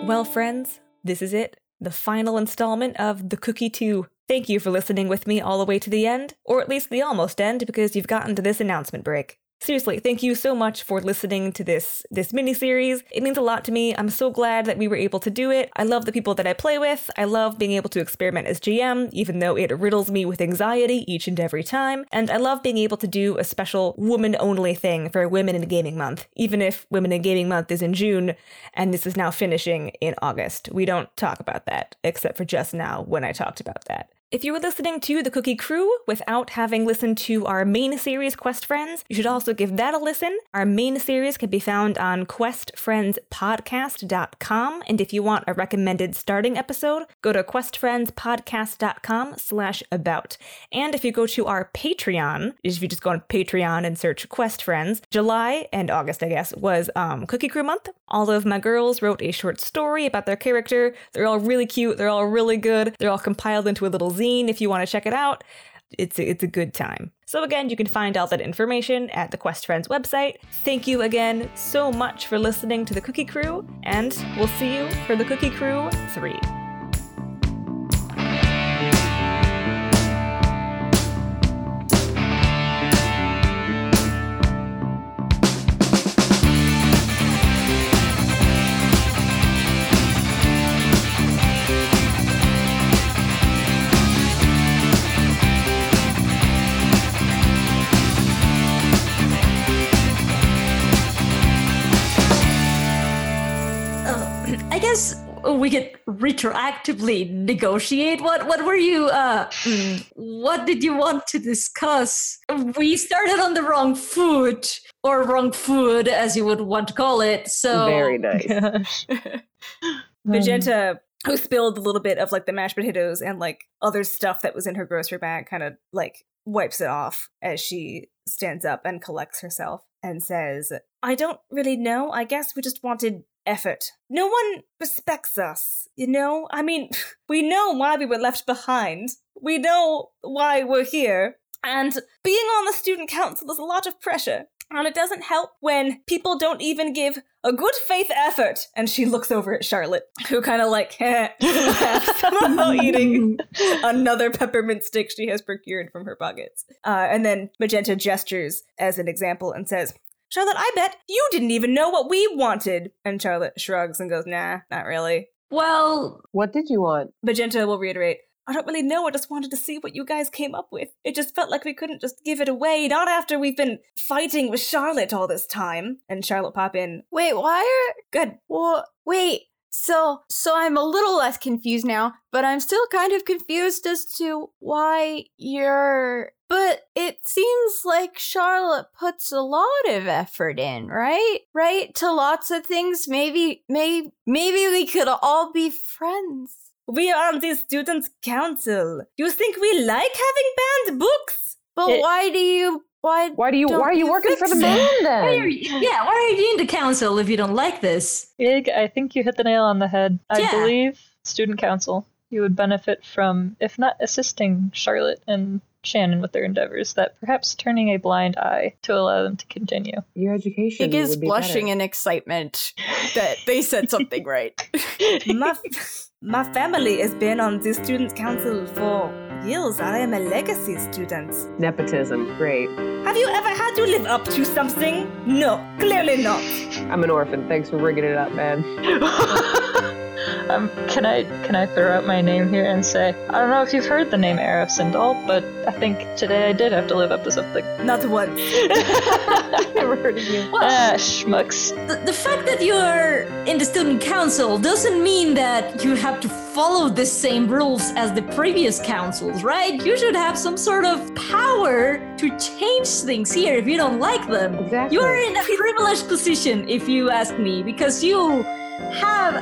A: Well, friends, this is it. The final installment of The Cookie 2. Thank you for listening with me all the way to the end, or at least the almost end, because you've gotten to this announcement break. Seriously, thank you so much for listening to this this mini series. It means a lot to me. I'm so glad that we were able to do it. I love the people that I play with. I love being able to experiment as GM, even though it riddles me with anxiety each and every time. And I love being able to do a special woman only thing for Women in Gaming Month, even if Women in Gaming Month is in June and this is now finishing in August. We don't talk about that, except for just now when I talked about that. If you were listening to The Cookie Crew without having listened to our main series, Quest Friends, you should also give that a listen. Our main series can be found on questfriendspodcast.com, and if you want a recommended starting episode, go to questfriendspodcast.com slash about. And if you go to our Patreon, if you just go on Patreon and search Quest Friends, July and August, I guess, was um, Cookie Crew Month. All of my girls wrote a short story about their character. They're all really cute. They're all really good. They're all compiled into a little zine if you want to check it out. It's a, it's a good time. So again, you can find all that information at the Quest Friends website. Thank you again so much for listening to the Cookie Crew, and we'll see you for the Cookie Crew 3.
F: I guess we could retroactively negotiate. What what were you? Uh, mm, what did you want to discuss? We started on the wrong foot or wrong food, as you would want to call it. So
B: Very nice.
C: Gosh. Mm. Um,
A: Magenta, who spilled a little bit of like the mashed potatoes and like other stuff that was in her grocery bag, kind of like wipes it off as she stands up and collects herself and says, I don't really know. I guess we just wanted effort. No one respects us, you know? I mean, we know why we were left behind, we know why we're here. And being on the student council is a lot of pressure. And it doesn't help when people don't even give a good faith effort. And she looks over at Charlotte, who kind of like laughs while eating another peppermint stick she has procured from her pockets. Uh, and then Magenta gestures as an example and says, Charlotte, I bet you didn't even know what we wanted. And Charlotte shrugs and goes, Nah, not really.
F: well,
B: What did you want?
A: Magenta will reiterate, I don't really know. I just wanted to see what you guys came up with. It just felt like we couldn't just give it away, not after we've been fighting with Charlotte all this time. And Charlotte pop in,
G: Wait, why are
A: Good.
G: Well, wait. So, so I'm a little less confused now, but I'm still kind of confused as to why you're. But it seems like Charlotte puts a lot of effort in, right? Right to lots of things. Maybe, maybe, maybe we could all be friends.
A: We are on the student council. You think we like having banned books?
G: But
C: It-
G: why do you? Why?
B: Why do you
G: Don't
B: why are you,
G: you
B: working for the
G: fix it.
B: man
F: why are
B: then?
F: you, yeah, why are you in the council if you don't like this?
C: Ig, I think you hit the nail on the head. I
F: Yeah.
C: believe student council, you would benefit from, if not assisting Charlotte and Shannon with their endeavors, that perhaps turning a blind eye to allow them to continue.
B: Your education
I: Ig is
B: would be
I: blushing
B: better.
I: in excitement that they said something right.
A: my, f- my family has been on the student council for years. I am a legacy student.
B: nepotism. Great.
A: Have you ever had to live up to something? No, clearly not.
B: I'm an orphan. Thanks for rigging it up, man.
C: um, can I can I throw out my name here and say I don't know if you've heard the name Arif Sindal, but I think today I did have to live up to something.
A: Not once.
B: Never heard of you.
C: ah, schmucks.
F: The, the fact that you're in the student council doesn't mean that you have to follow the same rules as the previous councils, right? You should have some sort of power to change things here if you don't like them.
B: Exactly.
F: You're in a privileged position, if you ask me, because you have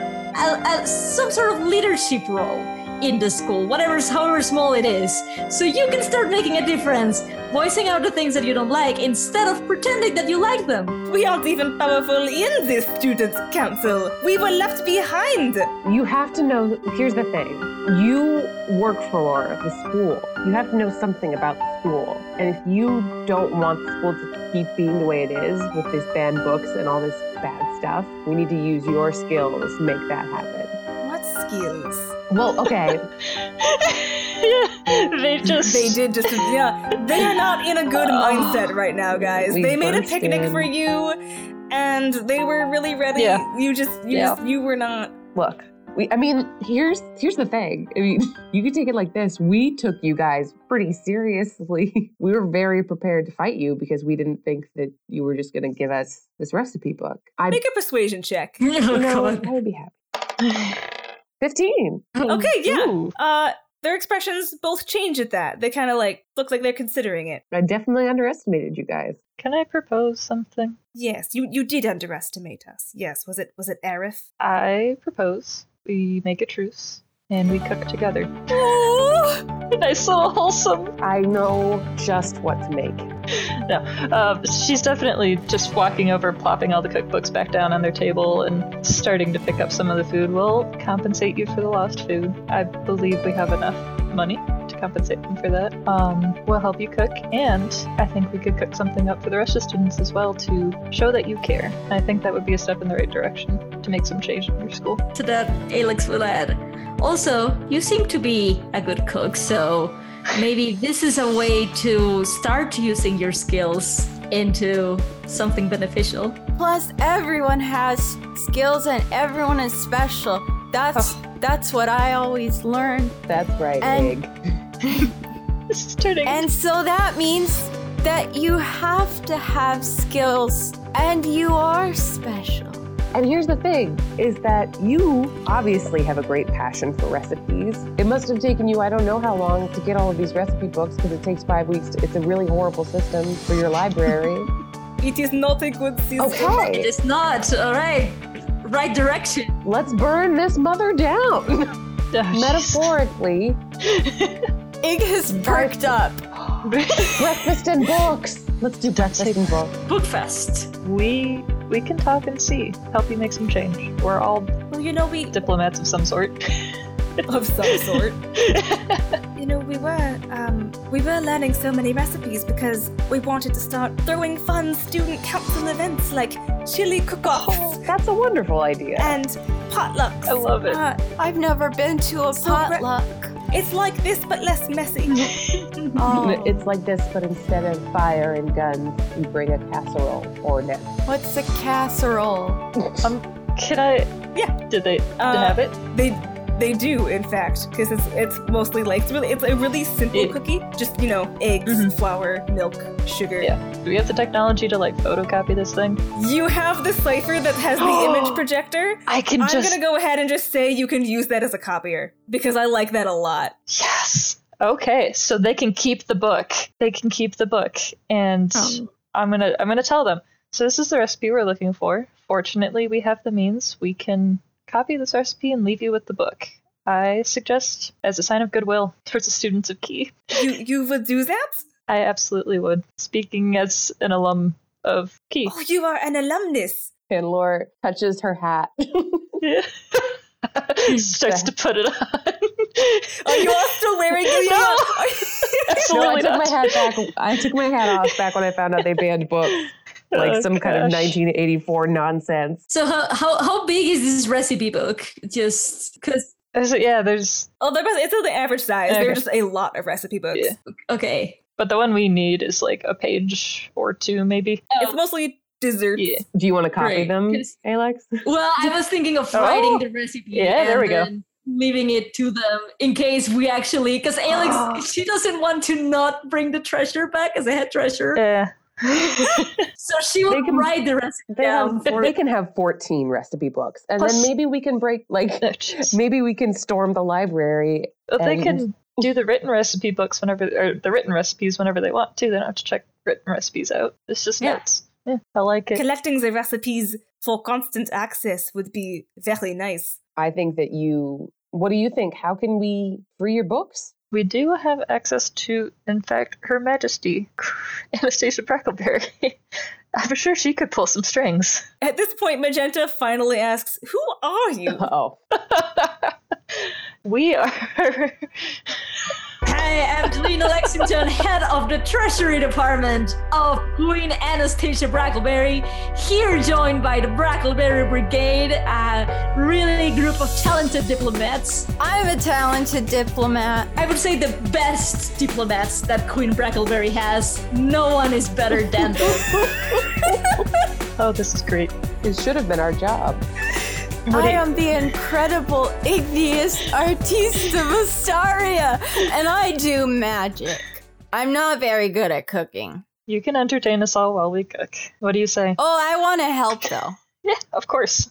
F: a, a, some sort of leadership role in the school, whatever, however small it is. So you can start making a difference, voicing out the things that you don't like instead of pretending that you like them.
A: We aren't even powerful in this students' council. We were left behind.
B: You have to know. Here's the thing you work for the school. You have to know something about the school. And if you don't want the school to keep being the way it is with these banned books and all this bad stuff, we need to use your skills to make that happen.
A: What skills?
B: Well, okay.
C: yeah, they just
A: They did just, yeah. They are not in a good mindset right now, guys.
B: We
A: They made a
B: burst
A: picnic
B: in.
A: for you, and they were really ready.
C: Yeah.
A: You just, you
C: Yeah.
A: just, you were not.
B: Look, we, I mean, here's here's the thing. I mean, you could take it like this. We took you guys pretty seriously. We were very prepared to fight you because we didn't think that you were just going to give us this recipe book. I
A: Make a persuasion check.
F: Mm,
B: you know what? I would be happy. 15.
A: Okay, yeah.
C: Ooh.
A: Uh, their expressions both change at that. They kind of like look like they're considering it.
B: I definitely underestimated you guys.
C: Can I propose something?
A: Yes, you you did underestimate us. Yes, was it was it Arif?
C: I propose we make a truce and we cook together. nice little wholesome.
B: I know just what to make.
C: Um, she's definitely just walking over, plopping all the cookbooks back down on their table and starting to pick up some of the food. We'll compensate you for the lost food. I believe we have enough money to compensate them for that. Um, we'll help you cook, and I think we could cook something up for the rest of the students as well to show that you care. And I think that would be a step in the right direction to make some change in your school.
F: To that, Alex will add. Also, you seem to be a good cook, so maybe this is a way to start using your skills into something beneficial.
G: Plus, everyone has skills and everyone is special. That's that's what I always learned.
B: That's right,
G: And-
B: Big.
C: This is turning
G: And so that means that you have to have skills and you are special.
B: And here's the thing is that you obviously have a great passion for recipes. It must have taken you, I don't know how long, to get all of these recipe books because it takes five weeks. To, it's a really horrible system for your library.
A: It is not a good season.
B: Okay,
F: It's not. All right. Right direction.
B: let's burn this mother down.
C: Oh,
B: Metaphorically,
I: Ig has perked up.
B: breakfast and books. Let's do breakfast and books.
F: Bookfest.
C: we we can talk and see. Help you make some change. We're all
H: Well, you know, we
C: diplomats of some sort.
A: of some sort.
H: You know, we were um, we were learning so many recipes because we wanted to start throwing fun student council events like chili cook-offs
B: That's a wonderful idea.
H: and potlucks.
C: I love it.
H: Uh,
I: I've never been to a
H: So re-
I: potluck.
H: it's like this but less messy.
I: Oh,
B: It's like this, but instead of fire and guns, we bring a casserole or net.
I: what's a casserole?
C: Can I?
A: Yeah.
C: Did they
A: Uh,
C: have it?
A: They they do in fact because it's it's mostly like it's really it's a really simple
C: It-
A: cookie. Just you know eggs,
C: Mhm.
A: flour, milk, sugar.
C: Yeah. Do we have the technology to like photocopy this thing?
A: You have the cipher that has the image projector.
C: I can
A: I'm gonna go ahead and just say you can use that as a copier because I like that a lot.
C: Yes. Okay, so they can keep the book. They can keep the book, and
A: Um.
C: I'm gonna I'm gonna tell them. So this is the recipe we're looking for. Fortunately, we have the means. We can copy this recipe and leave you with the book. I suggest, as a sign of goodwill towards the students of Key,
A: You you would do that?
C: I absolutely would. Speaking as an alum of Key,
A: Oh, you are an alumnus.
B: And Laura touches her hat.
C: starts to put it on.
B: Oh,
A: Are you all still wearing the
C: No.
A: Are you-
B: no, I
C: absolutely
B: took
C: not.
B: my hat back. I took my hat off back when I found out they banned books, like
C: Oh,
B: some kind of
C: gosh.
B: 1984 nonsense.
F: So how, how, how big is this recipe book? Just because.
C: Is it- Yeah, there's
A: Oh, they're both- it's still the average size. They're
C: Okay.
A: just a lot of recipe books.
C: Yeah.
F: Okay.
C: But the one we need is like a page or two, maybe.
A: It's mostly desserts.
C: Oh. Yeah.
B: Do you want to copy
F: Great.
B: them,
F: Yes.
B: Alex?
F: Well, I was thinking of
C: Oh.
F: writing the recipe.
C: Yeah, there
F: and
C: we go.
F: then Leaving it to them in case we actually, because
C: Ah.
F: Alex, she doesn't want to not bring the treasure back as a head treasure.
C: Yeah.
F: So she
B: They
F: will
B: can-
F: write the recipe
B: They,
F: down
B: have,
F: for
B: they can have 14 recipe books, and then
C: Plus-
B: maybe we can break like.
C: Oh, jeez.
B: Maybe we can storm the library.
C: But they
B: and-
C: can do the written recipe books whenever, or the written recipes whenever they want to. They don't have to check written recipes out. It's just
A: Yeah.
C: nuts. Yeah, I like it.
A: Collecting the recipes for constant access would be very nice.
B: I think that you. What do you think? How can we free your books?
C: We do have access to, in fact, Her Majesty Anastasia Brackleberry. I'm sure she could pull some strings.
A: At this point, Magenta finally asks, Who are you?
B: Oh,
C: we are.
F: Hi, I'm Delina Lexington, head of the Treasury Department of Queen Anastasia Brackleberry, here joined by the Brackleberry Brigade, a really group of talented diplomats.
G: I'm a talented diplomat.
F: I would say the best diplomats that Queen Brackleberry has. No one is better than them.
C: oh, this is great.
B: it should have been our job.
I: I am the incredible igneous artista Vistaria, and I do magic.
G: I'm not very good at cooking.
C: You can entertain us all while we cook. What do you say?
G: Oh, I want to help though.
C: Yeah, of course.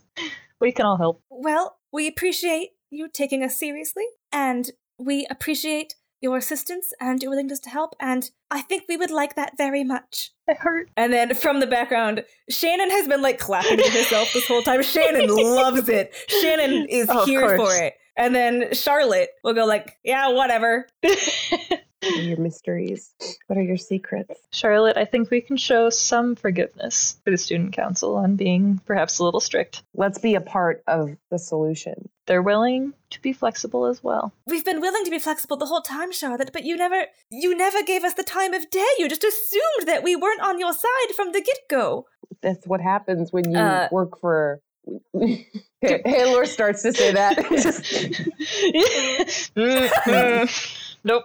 C: We can all help.
H: Well, we appreciate you taking us seriously, and we appreciate your assistance and your willingness to help, and I think we would like that very much.
C: It hurt.
A: And then from the background, Shannon has been like clapping to herself this whole time. Shannon loves it. Shannon is
C: Of
A: here
C: course.
A: for it. And then Charlotte will go like, Yeah, whatever.
B: What are your mysteries? What are your secrets?
C: Charlotte, I think we can show some forgiveness for the student council on being perhaps a little strict.
B: Let's be a part of the solution.
C: They're willing to be flexible as well.
H: We've been willing to be flexible the whole time, Charlotte, but you never you never gave us the time of day. You just assumed that we weren't on your side from the get-go.
B: That's what happens when you
A: Uh,
B: work for. Halor starts to say that. Just-
A: Mm-hmm.
C: nope.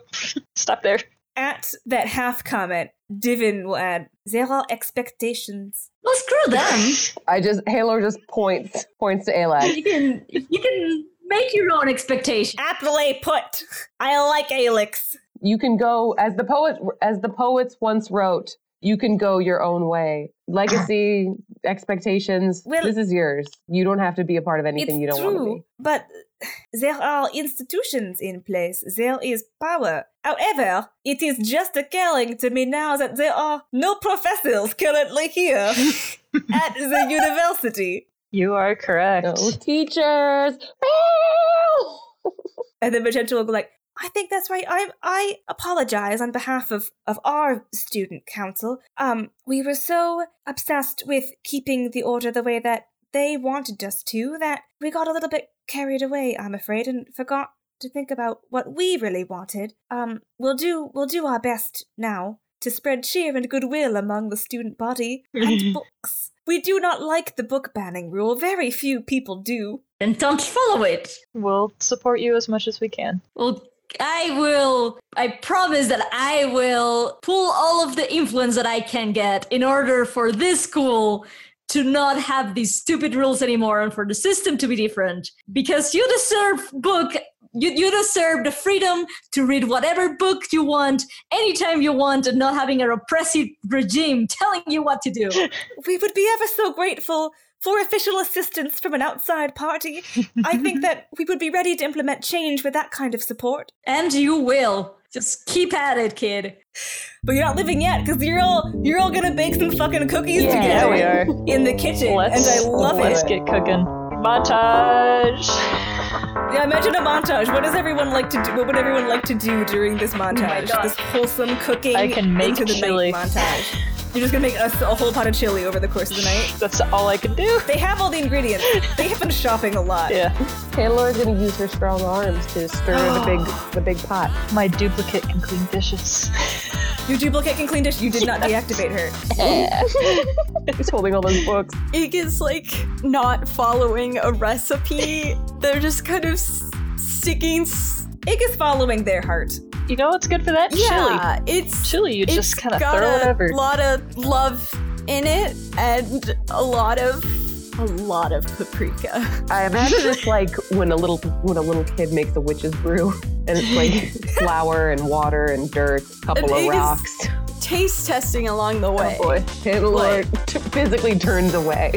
C: Stop there.
A: At that half comment, Divin will add, There are expectations.
F: Well, screw them.
B: I just Halor just points points to Alak.
F: You can you can make your own expectations.
A: Aptly put. I like Alex.
B: You can go as the poet as the poets once wrote. You can go your own way, legacy expectations.
A: Ah. Well-
B: this is yours. You don't have to be a part of anything you
A: it's
B: don't want to
A: true,
B: be.
A: but there are institutions in place. There is power. However, it is just occurring to me now that there are no professors currently here at the university.
C: You are correct.
B: No teachers.
A: And then Magenta will go like, I think that's right. I I apologize on behalf of, of our student council. Um, we were so obsessed with keeping the order the way that they wanted us to that we got a little bit carried away, I'm afraid, and forgot to think about what we really wanted. Um, we'll do we'll do our best now to spread cheer and goodwill among the student body and books. We do not like the book banning rule. Very few people do.
F: Then don't follow it.
C: We'll support you as much as we can.
F: Well, I will. I promise that I will pull all of the influence that I can get in order for this school to not have these stupid rules anymore and for the system to be different. Because you deserve book. You, you deserve the freedom to read whatever book you want anytime you want and not having a repressive regime telling you what to do.
A: we would be ever so grateful for official assistance from an outside party. I think that we would be ready to implement change with that kind of support.
F: And you will. Just keep at it, kid.
A: But you're not living yet because you're all you're all gonna bake some fucking cookies together
B: we are.
A: in the kitchen,
C: Let's,
A: and I love
C: let's
A: it.
C: get cooking. Montage!
A: Yeah, imagine a montage. What does everyone like to do? What would everyone like to do during this montage?
F: God.
A: this wholesome cooking
C: I can make
A: into the night
C: chili.
A: montage. You're just gonna make us a whole pot of chili over the course of the night.
C: That's all I can do.
A: They have all the ingredients. They have been shopping a lot.
C: Yeah.
B: Taylor's gonna use her strong arms to stir the big the big pot.
C: My duplicate can clean dishes.
A: Your duplicate can clean dish. You did not deactivate her.
B: He's holding all those books.
I: Ig is like not following a recipe. They're just kind of s- sticking. S-
A: Ig is following their heart.
C: You know what's good for that?
I: yeah, it's
C: Chili. Chili, you
I: it's
C: just kind of
I: got
C: throw
I: a
C: it over.
I: lot of love in it and a lot of a lot of paprika.
B: I imagine it's like when a little when a little kid makes a witch's brew, and it's like flour and water and dirt, couple
I: It
B: of
I: is-
B: rocks. Oh,
I: Taste testing along the way.
B: boy, Taylor t- physically turns away.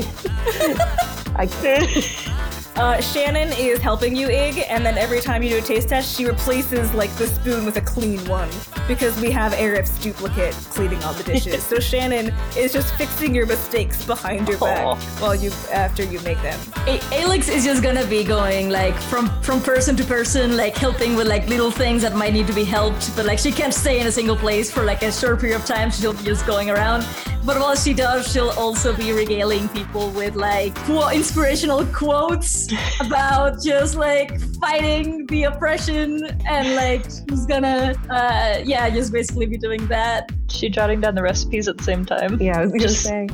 B: I can't.
A: Uh, Shannon is helping you, Ig, and then every time you do a taste test, she replaces like the spoon with a clean one because we have Arif's duplicate cleaning all the dishes. so Shannon is just fixing your mistakes behind your
C: Aw.
A: back while you after you make them.
F: A- Alex is just gonna be going like from from person to person, like helping with like little things that might need to be helped, but like she can't stay in a single place for like a short period of time. She'll be just going around. But while she does, she'll also be regaling people with like qu- inspirational quotes about just like fighting the oppression and like she's gonna uh, yeah just basically be doing that.
C: She jotting down the recipes at the same time.
B: Yeah, I was gonna
C: Just-
B: say.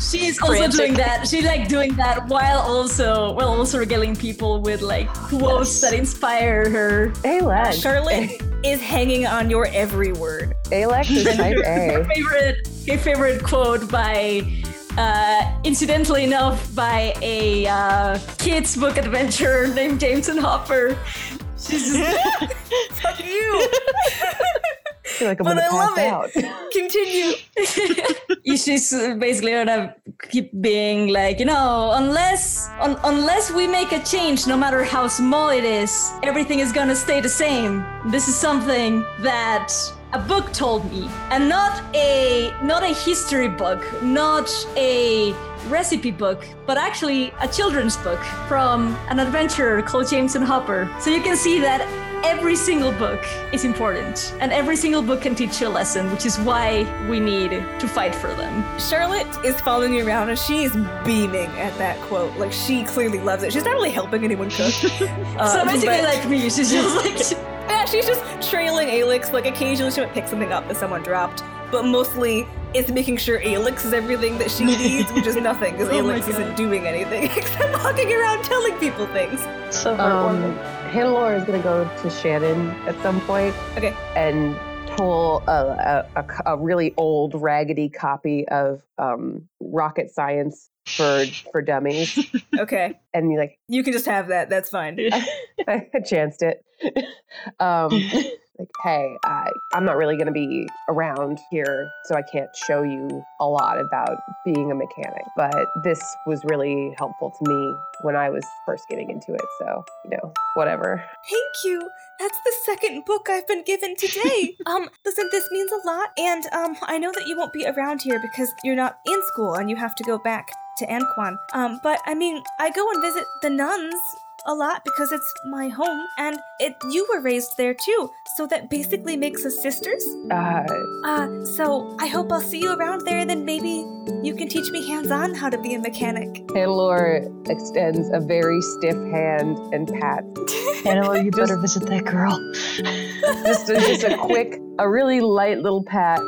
F: She's also
C: Frantic.
F: doing that. She like doing that while also while also regaling people with like
C: Yes.
F: quotes that inspire her.
B: Alex,
A: Charlotte is hanging on your every word.
B: Alex is type
F: Her
B: A.
F: favorite her favorite quote by uh, incidentally enough by a uh, kids book adventurer named Jameson Hopper. She's just,
A: Fuck you!
B: I feel like I'm
A: But
B: gonna
A: I love
B: pass out.
A: Continue.
F: she's basically gonna keep being like you know unless un- unless we make a change no matter how small it is everything is gonna stay the same this is something that a book told me and not a not a history book not a recipe book but actually a children's book from an adventurer called jameson hopper so you can see that every single book is important and every single book can teach you a lesson which is why we need to fight for them
A: Charlotte is following you around and she is beaming at that quote. Like she clearly loves it. She's not really helping anyone cook. Uh,
F: so basically
A: but-
F: like me she's just like
A: Yeah, Uh, she's just trailing Alex. Like occasionally she might pick something up that someone dropped, but mostly it's making sure Alex is everything that she needs, which is nothing because
F: Oh my
A: Alex
F: God.
A: isn't doing anything except walking around telling people things.
C: So
B: Um,
C: heartwarming.
B: Hannelore is gonna go to Shannon at some point.
A: Okay.
B: And pull a, a, a c- a really old, raggedy copy of um, Rocket Science for for Dummies,
A: Okay,
B: and you're like,
A: you can just have that. That's fine.
B: I chanced it. um, like, hey, I, I'm not really going to be around here, so I can't show you a lot about being a mechanic. But this was really helpful to me when I was first getting into it. So, you know, whatever.
A: Thank you. That's the second book I've been given today. um, listen, this means a lot, and um, I know that you won't be around here because you're not in school and you have to go back to Anquan. Um, but I mean, I go and visit the nuns a lot because it's my home, and it you were raised there too, so that basically makes us sisters.
B: Uh,
A: Uh, so I hope I'll see you around there, and then maybe you can teach me hands-on how to be a mechanic.
B: Tantalor extends a very stiff hand and pats
C: Hannah, you better visit that girl.
B: just a, just a quick, a really light little pat.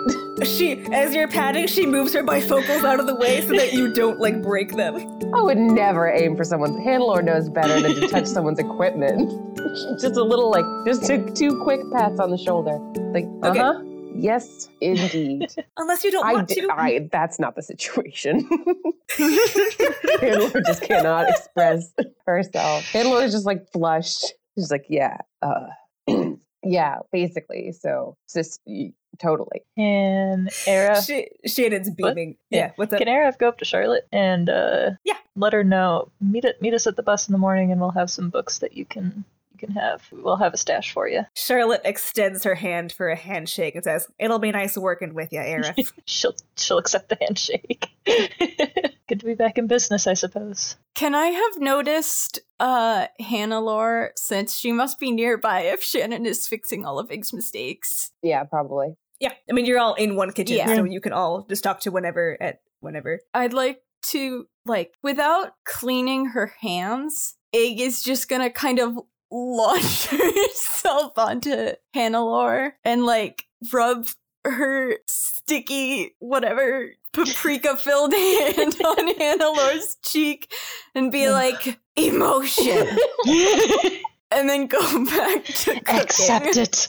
A: She, as you're patting, she moves her bifocals out of the way so that you don't like break them.
B: I would never aim for someone's handler knows better than to touch someone's equipment. just a little like, just two, two quick pats on the shoulder. Like, uh
A: Okay.
B: huh. Yes, indeed.
A: Unless you don't
B: I
A: want
B: di-
A: to.
B: I, that's not the situation. Handler just cannot express herself. Handler is just like flushed. She's like, yeah, uh, yeah, basically. So, sis, y- totally.
C: And Era,
A: Sh- Shannon's
C: What?
A: beaming.
C: Yeah.
A: Yeah. what's up?
C: can Era go up to Charlotte and uh,
A: Yeah.
C: let her know. Meet it, meet us at the bus in the morning, and we'll have some books that you can you can have. We'll have a stash for you.
A: Charlotte extends her hand for a handshake and says, "It'll be nice working with you, Aerith."
C: She'll she'll accept the handshake. Good to be back in business, I suppose.
I: Can I have noticed uh Hannelore since she must be nearby if Shannon is fixing all of Ig's mistakes?
B: Yeah, probably.
A: yeah, I mean you're all in one kitchen,
I: Yeah.
A: so you can all just talk to whenever at whenever.
I: I'd like to like without cleaning her hands, Ig is just gonna kind of launch herself onto Hannelore and like rub her sticky whatever paprika filled hand on Hannelore's cheek and be like emotion and then go back to cooking.
C: accept it.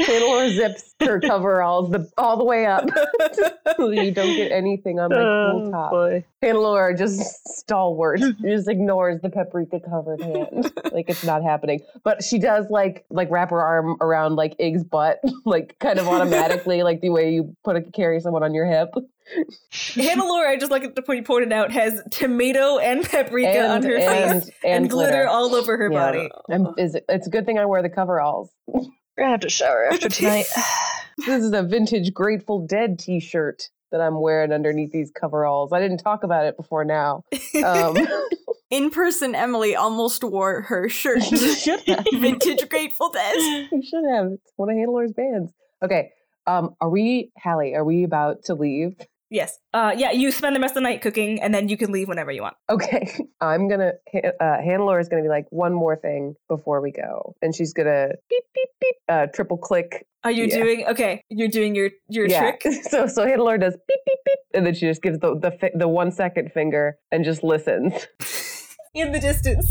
B: Tantalor zips her coveralls the, all the way up so you don't get anything on my
C: Oh
B: cool top.
C: boy.
B: Tantalor just stalwart, just ignores the paprika covered hand like it's not happening. But she does like like wrap her arm around like Ig's butt, like kind of automatically, like the way you put a carry someone on your hip.
A: Hannah Laura, I just like the point you pointed out, has tomato and paprika on
B: And,
A: her face
B: and,
A: and, glitter. all over her
B: Yeah.
A: body.
B: I'm- is it- it's a good thing I wear the coveralls.
C: We're gonna have to shower after tonight.
B: This is a vintage Grateful Dead T-shirt that I'm wearing underneath these coveralls. I didn't talk about it before now. Um,
I: In person, Emily almost wore her shirt.
B: you should have.
I: Vintage Grateful Dead.
B: You should have. It's one of Handler's bands. Okay. Um, are we, Hallie? Are we about to leave?
A: Yes. Uh, yeah, you spend the rest of the night cooking, and then you can leave whenever you want.
B: Okay, I'm gonna. Ha- Uh, Handler is gonna be like one more thing before we go, and she's gonna beep beep beep. Uh, triple click.
A: Are you
B: Yeah.
A: doing okay? You're doing your your trick.
B: So so Handler does beep beep beep, and then she just gives the the, fi- the one second finger and just listens.
A: In the distance,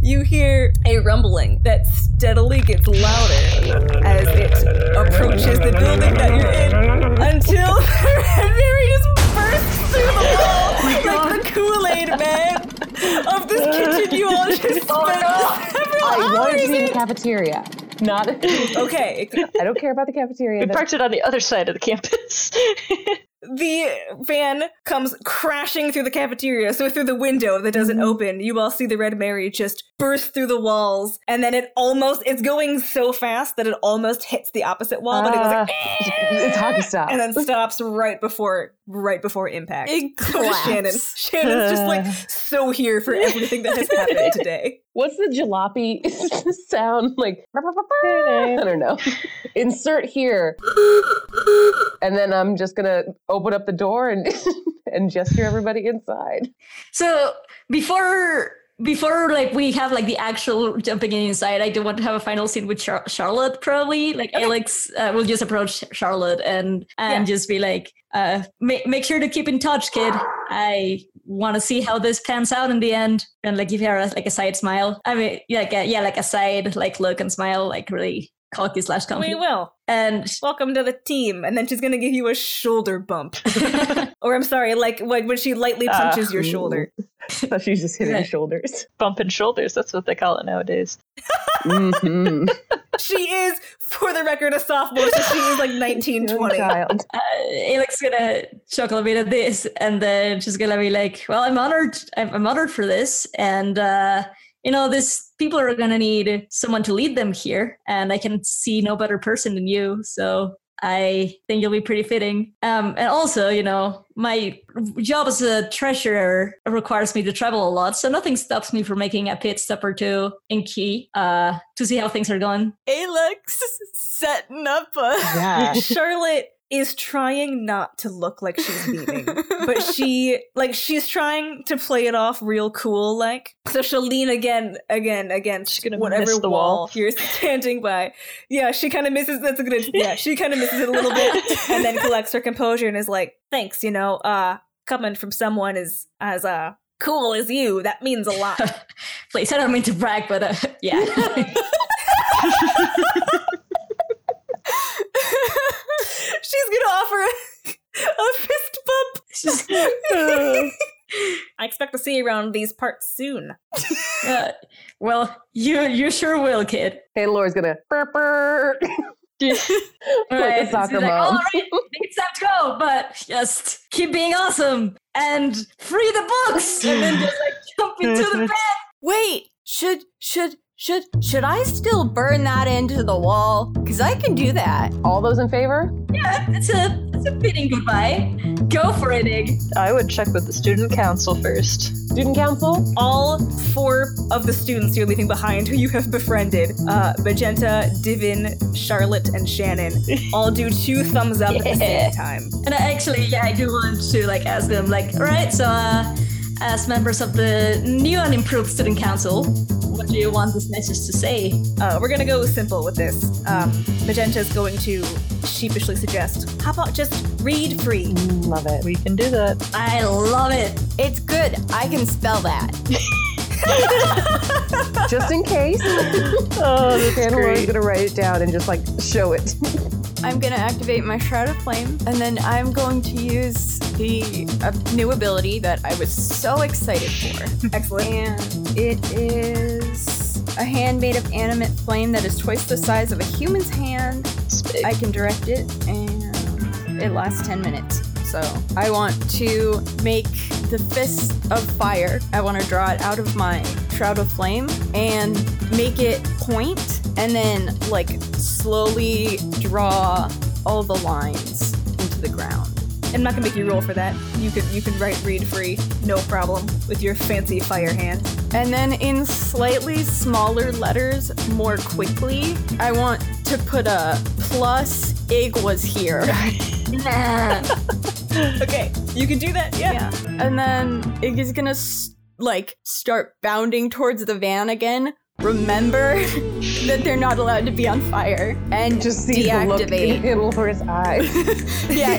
A: you hear a rumbling that steadily gets louder as it approaches the building that you're in until Mary just bursts through the wall
B: Oh
A: like the Kool Aid man of this kitchen you all just spent several
B: Oh I wanted to
A: hours
B: be in
A: in.
B: the cafeteria, not. I
A: Okay,
B: don't care about the cafeteria.
C: we
B: that-
C: parked it on the other side of the campus.
A: the van comes crashing through the cafeteria, so through the window that doesn't open, you all see the Red Mary just burst through the walls, and then it almost it's going so fast that it almost hits the opposite wall, but it was like
B: Ah. it's hockey style.
A: and then stops right before right before impact.
I: It
A: So does Shannon.
I: claps.
A: Shannon's just like so here for everything that has happened today.
B: What's the jalopy sound like? I don't know. Insert here, and then I'm just gonna open up the door and and gesture everybody inside.
F: So before before like we have like the actual jumping in inside, I do want to have a final scene with Char- Charlotte probably. Like Alex uh, will just approach Charlotte and and just be like, uh, make make sure to keep in touch, kid. I want to see how this pans out in the end, and like give her like a side smile. I mean, like a, yeah, like a side like look and smile, like really cocky slash
A: We
F: comfy.
A: will.
F: and
A: Welcome to the team. And then she's going to give you a shoulder bump. or I'm sorry, like when, when she lightly
C: Ah.
A: punches your shoulder.
B: So she's just hitting
F: Right.
B: shoulders.
C: Bumping shoulders, that's what they call it nowadays.
B: Mhm.
A: she is, for the record, a sophomore, so she
C: Oh
A: is like 19,
B: Young
A: 20.
B: child.
F: uh, Alex is gonna chuckle a bit at this, and then she's gonna be like, "Well, I'm honored. I'm, I'm honored for this, and uh, you know, this people are gonna need someone to lead them here, and I can see no better person than you. So I think you'll be pretty fitting. Um, and also, you know, my job as a treasurer requires me to travel a lot, so nothing stops me from making a pit stop or two in Key uh, to see how things are going.
G: Alex setting up a.
B: Yeah.
A: Charlotte is trying not to look like she's beaming. but she like she's trying to play it off real cool like so she'll lean again again against
C: She's gonna
A: whatever
C: miss the
A: wall,
C: wall.
A: you're standing by yeah she kind of misses that's a good yeah she kind of misses it a little bit and then collects her composure and is like thanks you know uh coming from someone as as uh cool as you that means a lot
F: Please, I don't mean to brag, but uh, yeah."
A: she's gonna offer a, a fist bump
F: She's-
A: i expect to see you around these parts soon
F: Uh, well, you you sure will, kid.
B: Hey, Laura's gonna burp, burp.
F: All
B: like
F: right.
B: a soccer
F: She's like,
B: mom.
F: All right, I think it's time to go, but just keep being awesome and free the books, and then just like jump into the bed.
G: Wait, should should should should I still burn that into the wall? Cause I can do that.
B: All those in favor?
F: Yeah, it's a it's a fitting goodbye. Go for it, Ig.
C: I would check with the student council first.
B: Student council?
A: all four of the students you're leaving behind who you have befriended uh, magenta divin charlotte and shannon all do two thumbs up at the
F: Yeah.
A: same time
F: And I actually, yeah, I do want to like ask them, like, all right, so uh, as members of the new and improved student council, what do you want this message to say?
A: uh, we're gonna go simple with this um, magenta's going to sheepishly suggest how about just read free
B: Mm, Love it.
C: We can do that.
F: I love it.
G: It's good. I can spell that.
B: Just in case,
C: Oh, that's
B: Hannah Laura's
C: great.
B: gonna write it down and just like show it.
G: I'm gonna activate my Shroud of Flame, and then I'm going to use the uh, new ability that I was so excited for.
A: excellent
G: and it is a hand made of animate flame that is twice the size of a human's hand.
C: It's big.
G: I can direct it, and it lasts 10 minutes. So I want to make the fist of fire. I want to draw it out of my shroud of flame and make it point, and then like slowly draw all the lines into the ground.
A: i'm not gonna make you roll for that you can you can write read free no problem with your fancy fire hand
G: And then in slightly smaller letters, more quickly, I want to put a plus ig was here.
F: Nah.
A: okay you can do that yeah,
G: Yeah. And then Iggy's gonna s- like start bounding towards the van again. Remember that they're not allowed to be on fire, and
B: Just see the look in
G: Deactivate.
B: Hannah Laura's eyes.
G: yeah,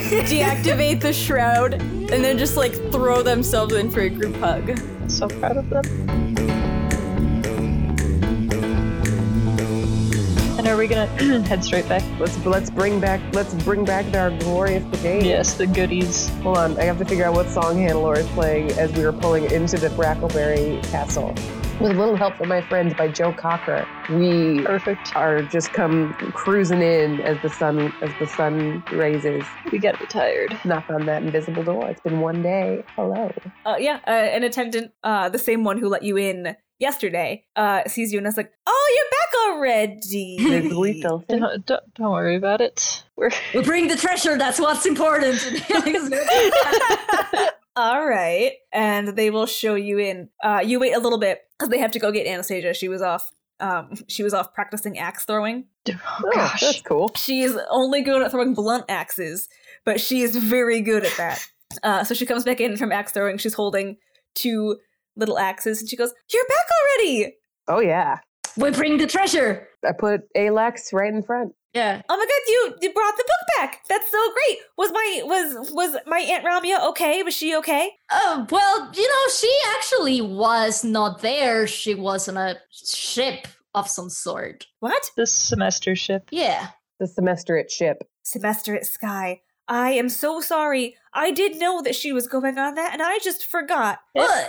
G: deactivate the shroud, and then just like throw themselves in for a group hug.
C: so proud of them. And are we gonna head straight back?
B: Let's let's bring back let's bring back our glorious brigade.
C: Yes, the goodies.
B: Hold on, I have to figure out what song Hannah Laura is playing as we were pulling into the Brackleberry Castle. With a little help from my friends by Joe Cocker, we
C: Perfect.
B: are just come cruising in as the sun as the sun raises.
C: We gotta be tired.
B: Knock on that invisible door. It's been one day. Hello.
A: uh, yeah, uh, an attendant, uh, the same one who let you in yesterday, uh, sees you and is like, "Oh, you're back already."
B: There's Lethal.
C: Don't, don't, don't worry about it. We're
F: we bring the treasure. That's what's important.
A: All right, and they will show you in. Uh, you wait a little bit because they have to go get Anastasia. She was off. Um, she was off practicing axe throwing.
C: oh
B: Oh, that's
C: gosh.
B: cool.
A: She is only good at throwing blunt axes, but she is very good at that. Uh, so she comes back in from axe throwing. She's holding two little axes, and she goes, "You're back already!
B: Oh yeah.
F: we bring the treasure.
B: I put Alex right in front.
F: Yeah.
A: Oh my god, you you brought the book back. That's so great. Was my was was my aunt Ramya okay? Was she okay?
F: Oh, well, you know, she actually was not there. She was on a ship of some sort.
A: What?
C: This semester ship.
F: Yeah.
B: The semester at ship.
A: Semester at Sky. I am so sorry. I did know that she was going on that, and I just forgot.
F: Well,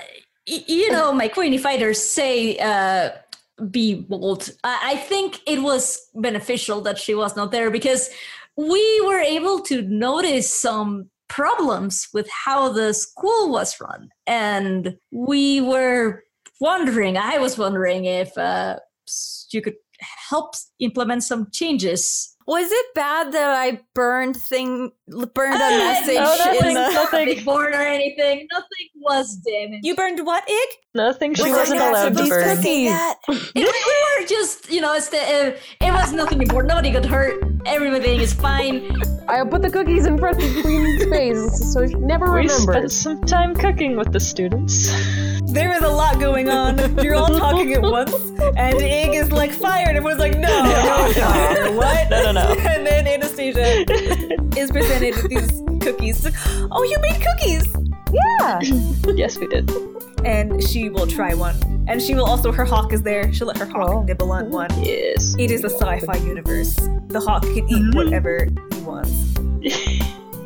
F: y- you know, my queenie fighters say uh, be bold. I-, I think it was beneficial that she was not there because we were able to notice some problems with how the school was run, and we were wondering. I was wondering if uh, you could help implement some changes.
I: Was it bad that I burned thing burned a
F: Ah,
I: message?
C: no, that's
I: in the-
C: like-
F: Not a
C: nothing.
F: big board or anything. Nothing was damaged.
A: You burned what, Ig?
C: Nothing she
I: Was I
C: wasn't
I: not
C: allowed to
I: supposed say
C: burn.
G: Cookies.
I: that?
F: It, we were just, you know, it's the, uh, it was nothing important. Nobody got hurt. Everything is fine.
B: I put the cookies in front of Queen's face, so she never
C: We spent
B: remembers.
C: some time cooking with the students.
A: There is a lot going on. You're all talking at once, and Ig is like fired, and everyone's like, no, no, no, what?
C: No, no, no.
A: And then Anastasia is presented with these cookies. Like, oh, you made cookies!
C: yes, we did.
A: And she will try one. And she will also, her hawk is there. She'll let her hawk
B: Oh.
A: nibble on one.
C: Yes.
A: It is a sci-fi universe. The hawk can eat whatever he wants.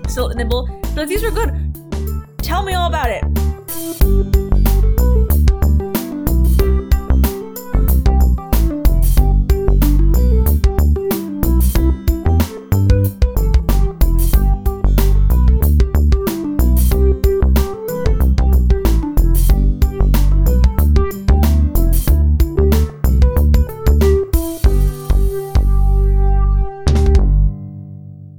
A: So nibble. She's Like, These were good. Tell me all about it.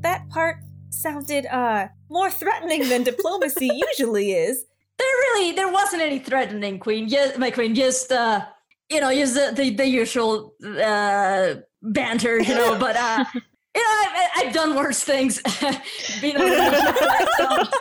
A: That part sounded uh more threatening than diplomacy usually is.
F: There really, there wasn't any threatening, Queen. Yes, my Queen, just, uh, you know, just the, the, the usual uh, banter, you know, but, uh, you know, I've, I've done worse things. Being on the-